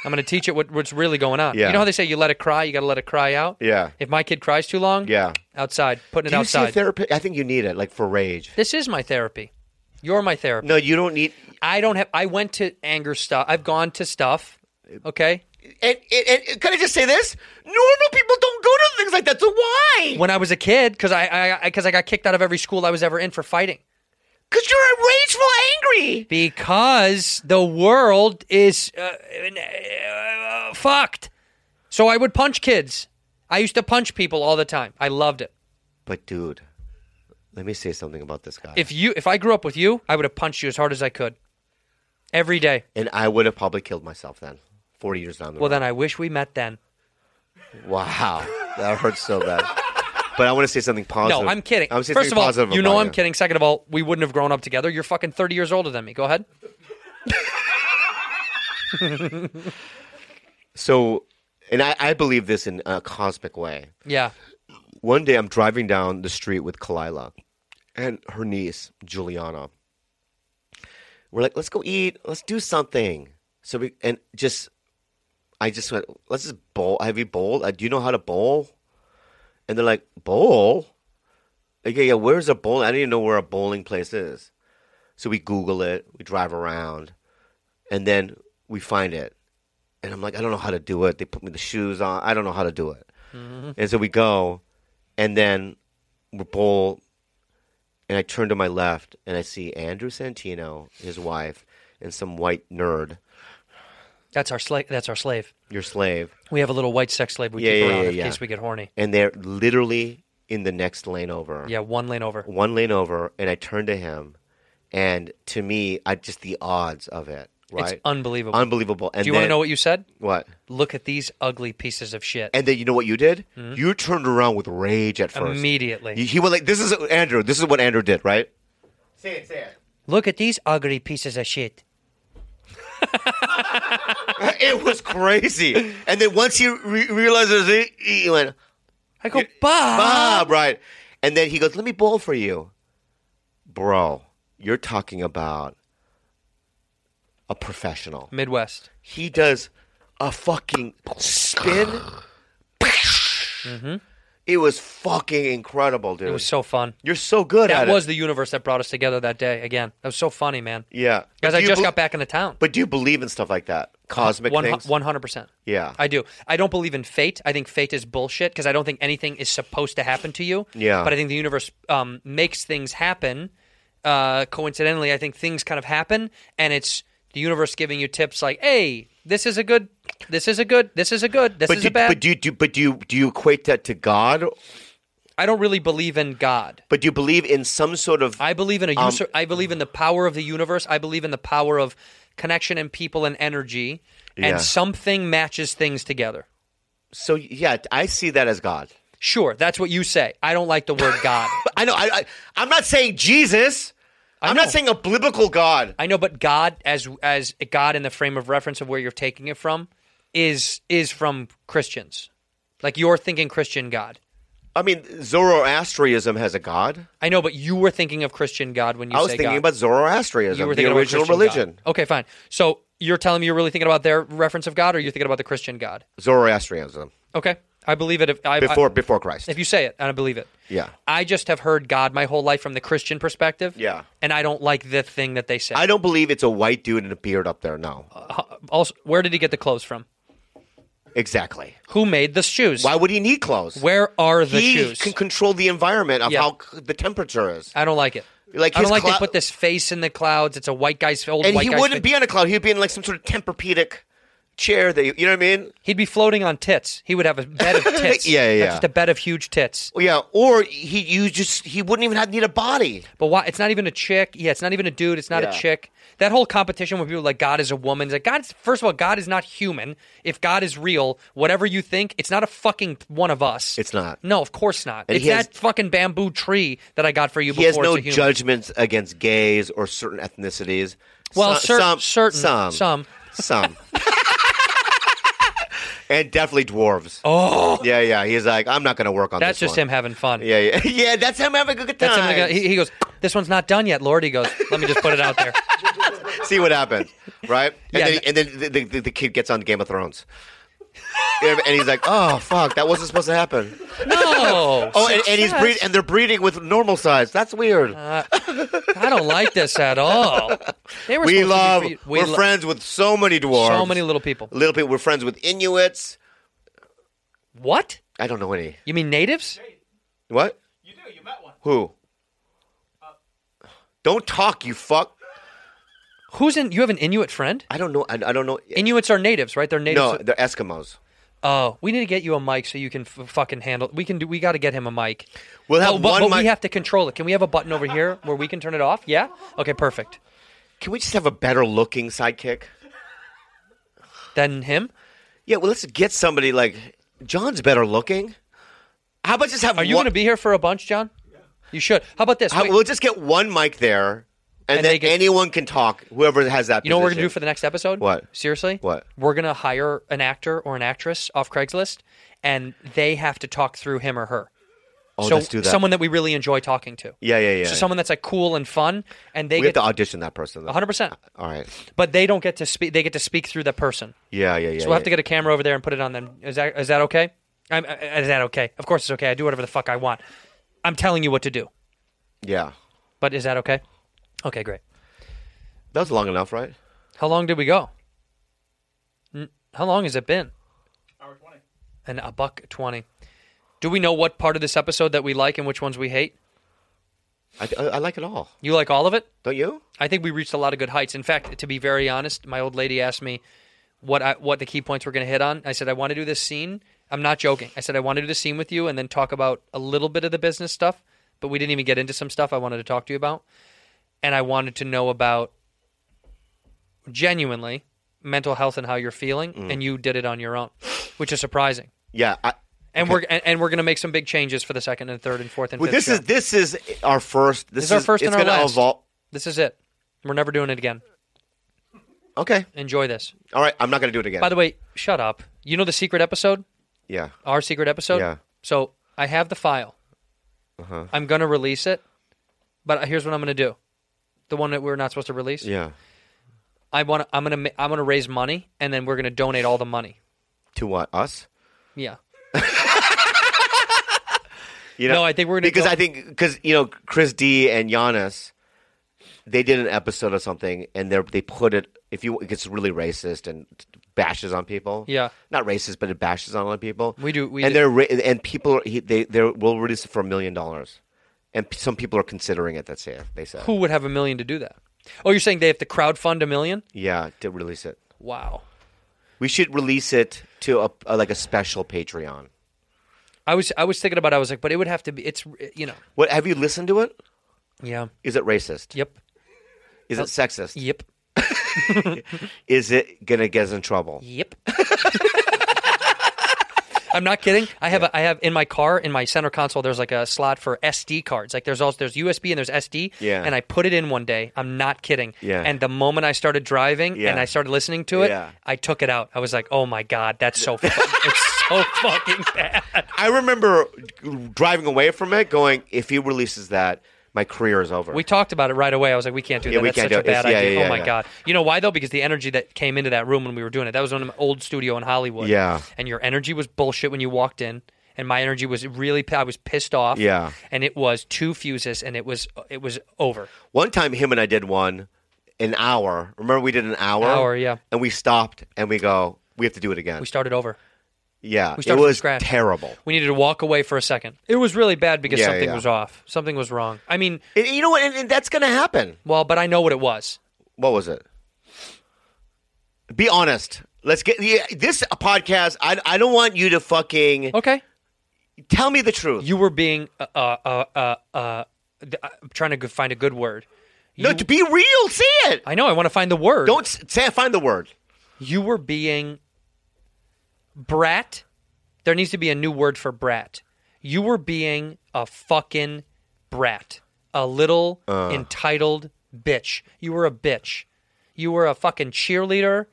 I'm going to teach it what, what's really going on.
Yeah.
You know how they say you let it cry, you got to let it cry out?
Yeah.
If my kid cries too long,
Yeah.
outside, putting it
Do you see a
outside.
therapist? I think you need it, like for rage.
this is my therapy. You're my therapy.
No, you don't need.
I don't have, I went to anger stuff. I've gone to stuff. Okay.
And, and, and can I just say this? Normal people don't go to things like that. So why?
When I was a kid, because I, I, I, cause I got kicked out of every school I was ever in for fighting.
Because you're rageful, angry.
because the world is uh, uh, fucked. So I would punch kids. I used to punch people all the time. I loved it.
But dude, Let me say something about this guy.
If you, if I grew up with you, I would have punched you as hard as I could, every day.
and I would have probably killed myself then, 40 years down the
Well,
road.
then I wish we met then.
wow, that hurts so bad. But I want to say something positive.
No, I'm kidding.
I wanna say
First of
something
all,
positive
you know
about
I'm kidding. Second of all, we wouldn't have grown up together. You're fucking 30 years older than me. Go ahead.
So, and I, I believe this in a cosmic way.
Yeah.
One day I'm driving down the street with Kalila and her niece, Juliana. We're like, let's go eat, let's do something. So we, and just, I just went, let's just bowl. Have you bowled? Uh, Do you know how to bowl? And they're like, bowl? Like, yeah, yeah, where's a bowl? I didn't even know where a bowling place is. So we Google it, we drive around, and then we find it. And I'm like, I don't know how to do it. They put me the shoes on. I don't know how to do it. And so we go, and then we bowl. And I turn to my left, and I see Andrew Santino, his wife, and some white nerd,
That's our slave. That's our slave.
your slave,
We have a little white sex slave we
Yeah,
keep
yeah,
around
yeah,
in
yeah.
case we get horny.
and they're literally in the next lane over.
Yeah, one lane over.
one lane over, and I turned to him, and to me, I just the odds of it, right?
It's unbelievable.
unbelievable. And
Do you want to
then-
know what you said?
what?
Look at these ugly pieces of shit.
And then you know what you did? You turned around with rage at first.
Hmm? Immediately.
You- He was like, "This is Andrew. This is what Andrew did, right?"
Say it, say it.
Look at these ugly pieces of shit.
It was crazy. and then once he re- realized it, was it, he went,
I go, Bob.
Bob, right? And then he goes, let me bowl for you. Bro, you're talking about a professional.
Midwest.
He does a fucking spin.
Mm-hmm.
It was fucking incredible, dude.
It was so fun.
you're so good at
That
it.
was the universe that brought us together that day. Again, that was so funny, man.
yeah.
Guys,
Do
I
you
just
bel-
got back into town.
But do you believe in stuff like that? Cosmic
One
things?
hundred percent.
Yeah.
I do. I don't believe in fate. I think fate is bullshit because I don't think anything is supposed to happen to you.
Yeah.
But I think the universe um, makes things happen. Uh, coincidentally, I think things kind of happen, and it's the universe giving you tips like, "Hey, this is a good. This is a good. This is a good. This
but
is
do,
a bad."
but do you do but do you do you equate that to God?
I don't really believe in God.
But do you believe in some sort of
I believe in a
Um,
user. I believe in the power of the universe. I believe in the power of connection and people and energy,
Yeah.
and something matches things together.
So yeah, I see that as God.
Sure, that's what you say. I don't like the word God.
I know. I, I I'm not saying Jesus. I'm
know.
not saying a biblical God.
I know, but God, as as God in the frame of reference of where you're taking it from, is is from Christians. Like you're thinking Christian God.
I mean, Zoroastrianism has a God.
I know, but you were thinking of Christian God when you
I was
say
thinking
God.
about Zoroastrianism,
you were
the
thinking about
original
Christian
religion.
God. Okay, fine. So you're telling me you're really thinking about their reference of God, or you're thinking about the Christian God?
Zoroastrianism
Okay, I believe it. If I,
before
I,
before Christ.
if you say it, and I believe it.
Yeah.
I just have heard God my whole life from the Christian perspective.
Yeah.
and I don't like the thing that they say.
I don't believe it's a white dude in a beard up there. No,
also, where did he get the clothes from?
exactly.
Who made the shoes?
Why would he need clothes?
Where are the
he
shoes?
can control the environment of
Yeah.
how c- the temperature is,
I don't like it.
Like
I
his
don't like
clou-
they put this face in the clouds. It's a white guy's old
and
white
he
guy's
wouldn't
face.
be on a cloud. He'd be in like some sort of temperpedic chair. That you you know what I mean?
He'd be floating on tits. He would have a bed of tits.
Yeah, yeah,
Not
yeah.
Just a bed of huge tits.
Yeah, or he you just he wouldn't even have need a body.
But why? It's not even a chick. Yeah, it's not even a dude. It's not
Yeah.
a chick. That whole competition with people like God is a woman. It's like God's first of all, God is not human. If God is real, whatever you think, it's not a fucking one of us.
It's not.
No, of course not.
And
it's
he has-
that fucking bamboo tree that I got for you.
He has
before
no
it's a human.
judgments against gays or certain ethnicities.
Well, cer-
some,
certain-
some,
some.
some, and definitely dwarves. Oh, yeah, yeah. He's like, I'm not going to work on.
That's
this
just
one.
him having fun.
Yeah, yeah, yeah. That's him having a good time.
That's him. Like, he, he goes, "This one's not done yet, Lord." He goes, "Let me just put it out there."
See what happens, right? And
Yeah,
then, and then the, the, the kid gets on Game of Thrones. and he's like, "Oh fuck, that wasn't supposed to happen."
No.
Oh, and, and he's breed, and they're breeding with normal size. That's weird.
I don't like this at all. They were supposed to
we
be
love.
for you-
We are
lo-
friends with so many dwarves.
So many little people.
little people. We're friends with Inuits.
What?
I don't know any.
You mean natives?
What?
You do. You met one.
Who? Don't talk, you fuck.
Who's in? You have an Inuit friend?
I don't know. I, I don't know.
Inuits are natives, right? They're natives.
no, they're Eskimos.
Oh, we need to get you a mic so you can f- fucking handle. We can do. We got to get him a mic.
We'll have
Oh, but,
one
but
mic-
we have to control it. Can we have a button over here where we can turn it off? Yeah. Okay. Perfect.
Can we just have a better looking sidekick?
Then him.
Yeah, well, let's get somebody like John's better looking. How about just have?
Are you
one-
going to be here for a bunch, John? You should. How about this?
How,
Wait,
we'll just get one mic there,
And
and, then
they get-
anyone can talk. Whoever has that.
you know what we're gonna do for
position.
the next episode?
What?
Seriously?
What?
We're gonna hire an actor or an actress off Craigslist, and they have to talk through him or her.
Oh,
so
let's do that.
someone that we really enjoy talking to.
Yeah, yeah, yeah.
So someone that's like cool and fun, and they
we have
get
to Uh, audition that person. though.
100. percent
All right.
But they don't get to speak. They get to speak through the person.
Yeah, yeah, yeah.
So we'll have to get a camera over there and put it on them. Is that is that okay? I'm, uh, is that okay? Of course it's okay. I do whatever the fuck I want. I'm telling you what to do.
Yeah,
But is that okay? Okay, great.
that was long enough, right?
How long did we go? N- How long has it been?
Hour 20.
An a buck twenty. Do we know what part of this episode that we like and which ones we hate?
I, I, I like it all.
You like all of it?
Don't you?
I think we reached a lot of good heights. In fact, to be very honest, my old lady asked me what I, what the key points we're going to hit on. I said I want to do this scene. I'm not joking. I said I want to do this scene with you and then talk about a little bit of the business stuff, but we didn't even get into some stuff I wanted to talk to you about. And I wanted to know about genuinely mental health and how you're feeling, and you did it on your own, which is surprising.
Yeah. I,
And we're and, and we're going to make some big changes for the second and third and fourth and
well,
fifth.
this is
show.
this is our first.
This
This,
is our first
It's
and our
gonna
last.
evolve.
this is it. We're never doing it again.
Okay.
Enjoy this.
All right. I'm not gonna do it again.
By the way, shut up. You know the secret episode?
yeah.
Our secret episode?
Yeah. Uh-huh.
So I have the file. I'm going to release it, but here's what I'm going to do. The one that we're not supposed to release.
Yeah.
I want I'm going to I'm going to raise money and then we're going to donate all the money.
To what? Us?
Yeah.
You know,
No, I think we're gonna
because
go-
I think because you know Chris D and Giannis, they did an episode of something and they they put it if you it gets really racist and bashes on people.
Yeah.
not racist, but it bashes on a lot of people.
We do- we
and
do.
they're ra- and people are- he, they they will release it for a million dollars, and p- some people are considering it. That's it. They said,
Who would have a million to do that? Oh, you're saying they have to crowdfund a million?
yeah, to release it.
Wow.
We should release it to a, a like a special Patreon.
I was I was thinking about it, I was like, but it would have to be it's you know.
What have you listened to it?
Yeah.
Is it racist?
Yep.
Is
Uh,
it sexist?
Yep.
Is it gonna get us in trouble?
Yep. I'm not kidding. I have a, I have in my car in my center console. There's like a slot for SD cards. Like there's also there's USB and there's SD.
Yeah.
And I put it in one day. I'm not kidding.
Yeah.
And the moment I started driving
Yeah.
and I started listening to it,
Yeah.
I took it out. I was like, oh my god, that's so fu- it's so fucking bad.
I remember driving away from it, going, "If he releases that, my career is over."
We talked about it right away. I was like, we can't do
Yeah,
that.
we
That's
can't
such a
do it.
bad
It's- yeah,
idea.
yeah,
oh my
yeah.
god. You know why though? Because the energy that came into that room when we were doing it, that was on an old studio in Hollywood.
Yeah.
And your energy was bullshit when you walked in. And my energy was really I was pissed off.
Yeah.
And it was two fuses and it was it was over.
one time, him and I did one, an hour. Remember, we did an hour.
Hour, yeah.
And we stopped and we go, "We have to do it again."
We started over.
yeah,
We started
it
from
was
scratch.
terrible.
We needed to walk away for a second. It was really bad because
Yeah,
something
yeah.
was off. Something was wrong. I mean,
And you know what? And, and that's gonna happen.
well, but I know what it was.
What was it? Be honest. Let's get yeah, this podcast. I I don't want you to fucking
Okay.
tell me the truth.
You were being uh uh uh uh th- I'm trying to go- find a good word.
no, to be real, see it.
I know I want to find the word.
Don't s- say. Find the word.
you were being brat. There needs to be a new word for brat. You were being a fucking brat, a little entitled bitch. You were a bitch. You were a fucking cheerleader.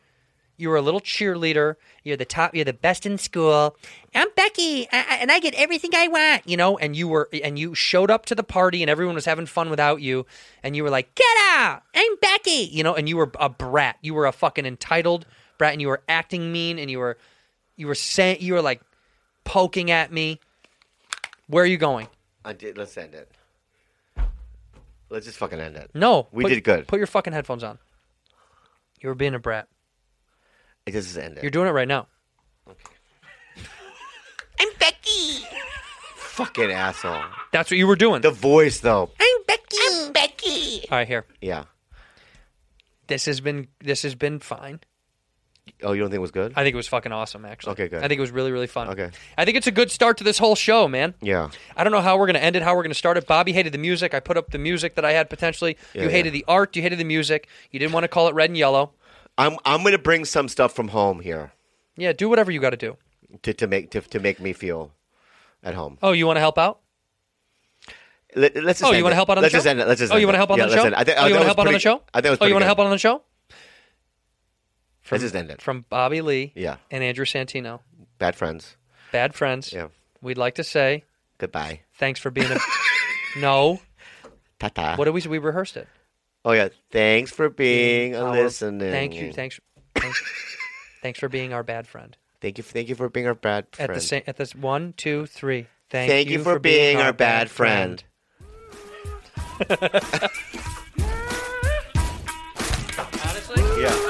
You were a little cheerleader. You're the top. You're the best in school. I'm Becky, I, I- and I get everything I want. You know, and you were, and you showed up to the party, and everyone was having fun without you. And you were like, "Get out! I'm Becky." You know, and you were a brat. You were a fucking entitled brat, and you were acting mean, and you were, you were saying, you were like poking at me. Where are you going?
I did. Let's end it. Let's just fucking end it.
No,
we
put-
did good.
Put your fucking headphones on. You were being a brat.
It just end it.
You're doing it right now.
I'm Becky.
fucking asshole.
That's what you were doing.
The voice though.
I'm Becky. I'm Becky.
All right, here.
Yeah.
This has been this has been fine.
Oh, you don't think it was good?
I think it was fucking awesome, actually.
Okay, good.
I think it was really, really fun.
Okay.
I think it's a good start to this whole show, man.
yeah.
I don't know how we're going to end it, how we're going to start it. Bobby hated the music. I put up the music that I had potentially.
Yeah,
you hated
yeah.
the art. You hated the music. You didn't want to call it red and yellow.
I'm I'm gonna bring some stuff from home here
Yeah, do whatever you got to do.
to, to make to, to make me feel at home.
Oh, you want to help out?
Let, us just
Oh, you
end
want to
it.
help out on
let's
the show?
Just end it. Let's just
oh,
end
you want to
it.
help out
Yeah,
on the
let's
show?
end it. I think- I
oh, you want to
think it was
help out on
pretty-
the show?
I think it was
oh, you
pretty
want to
good.
help out on the show?
Let's just end it.
From Bobby Lee
Yeah.
and Andrew Santino.
Bad friends.
Bad friends.
Yeah.
We'd like to say
Goodbye.
thanks for being a. no.
Ta ta.
What did we We rehearsed it.
Oh yeah. Thanks for being a
Our-
listener.
Thank you. Thanks. Thanks, thanks for being our bad friend.
Thank you. Thank you for being our bad friend.
At the same. At this one, two, three. Thank,
Thank, you, for, being, our bad friend.
Honestly.
Yeah.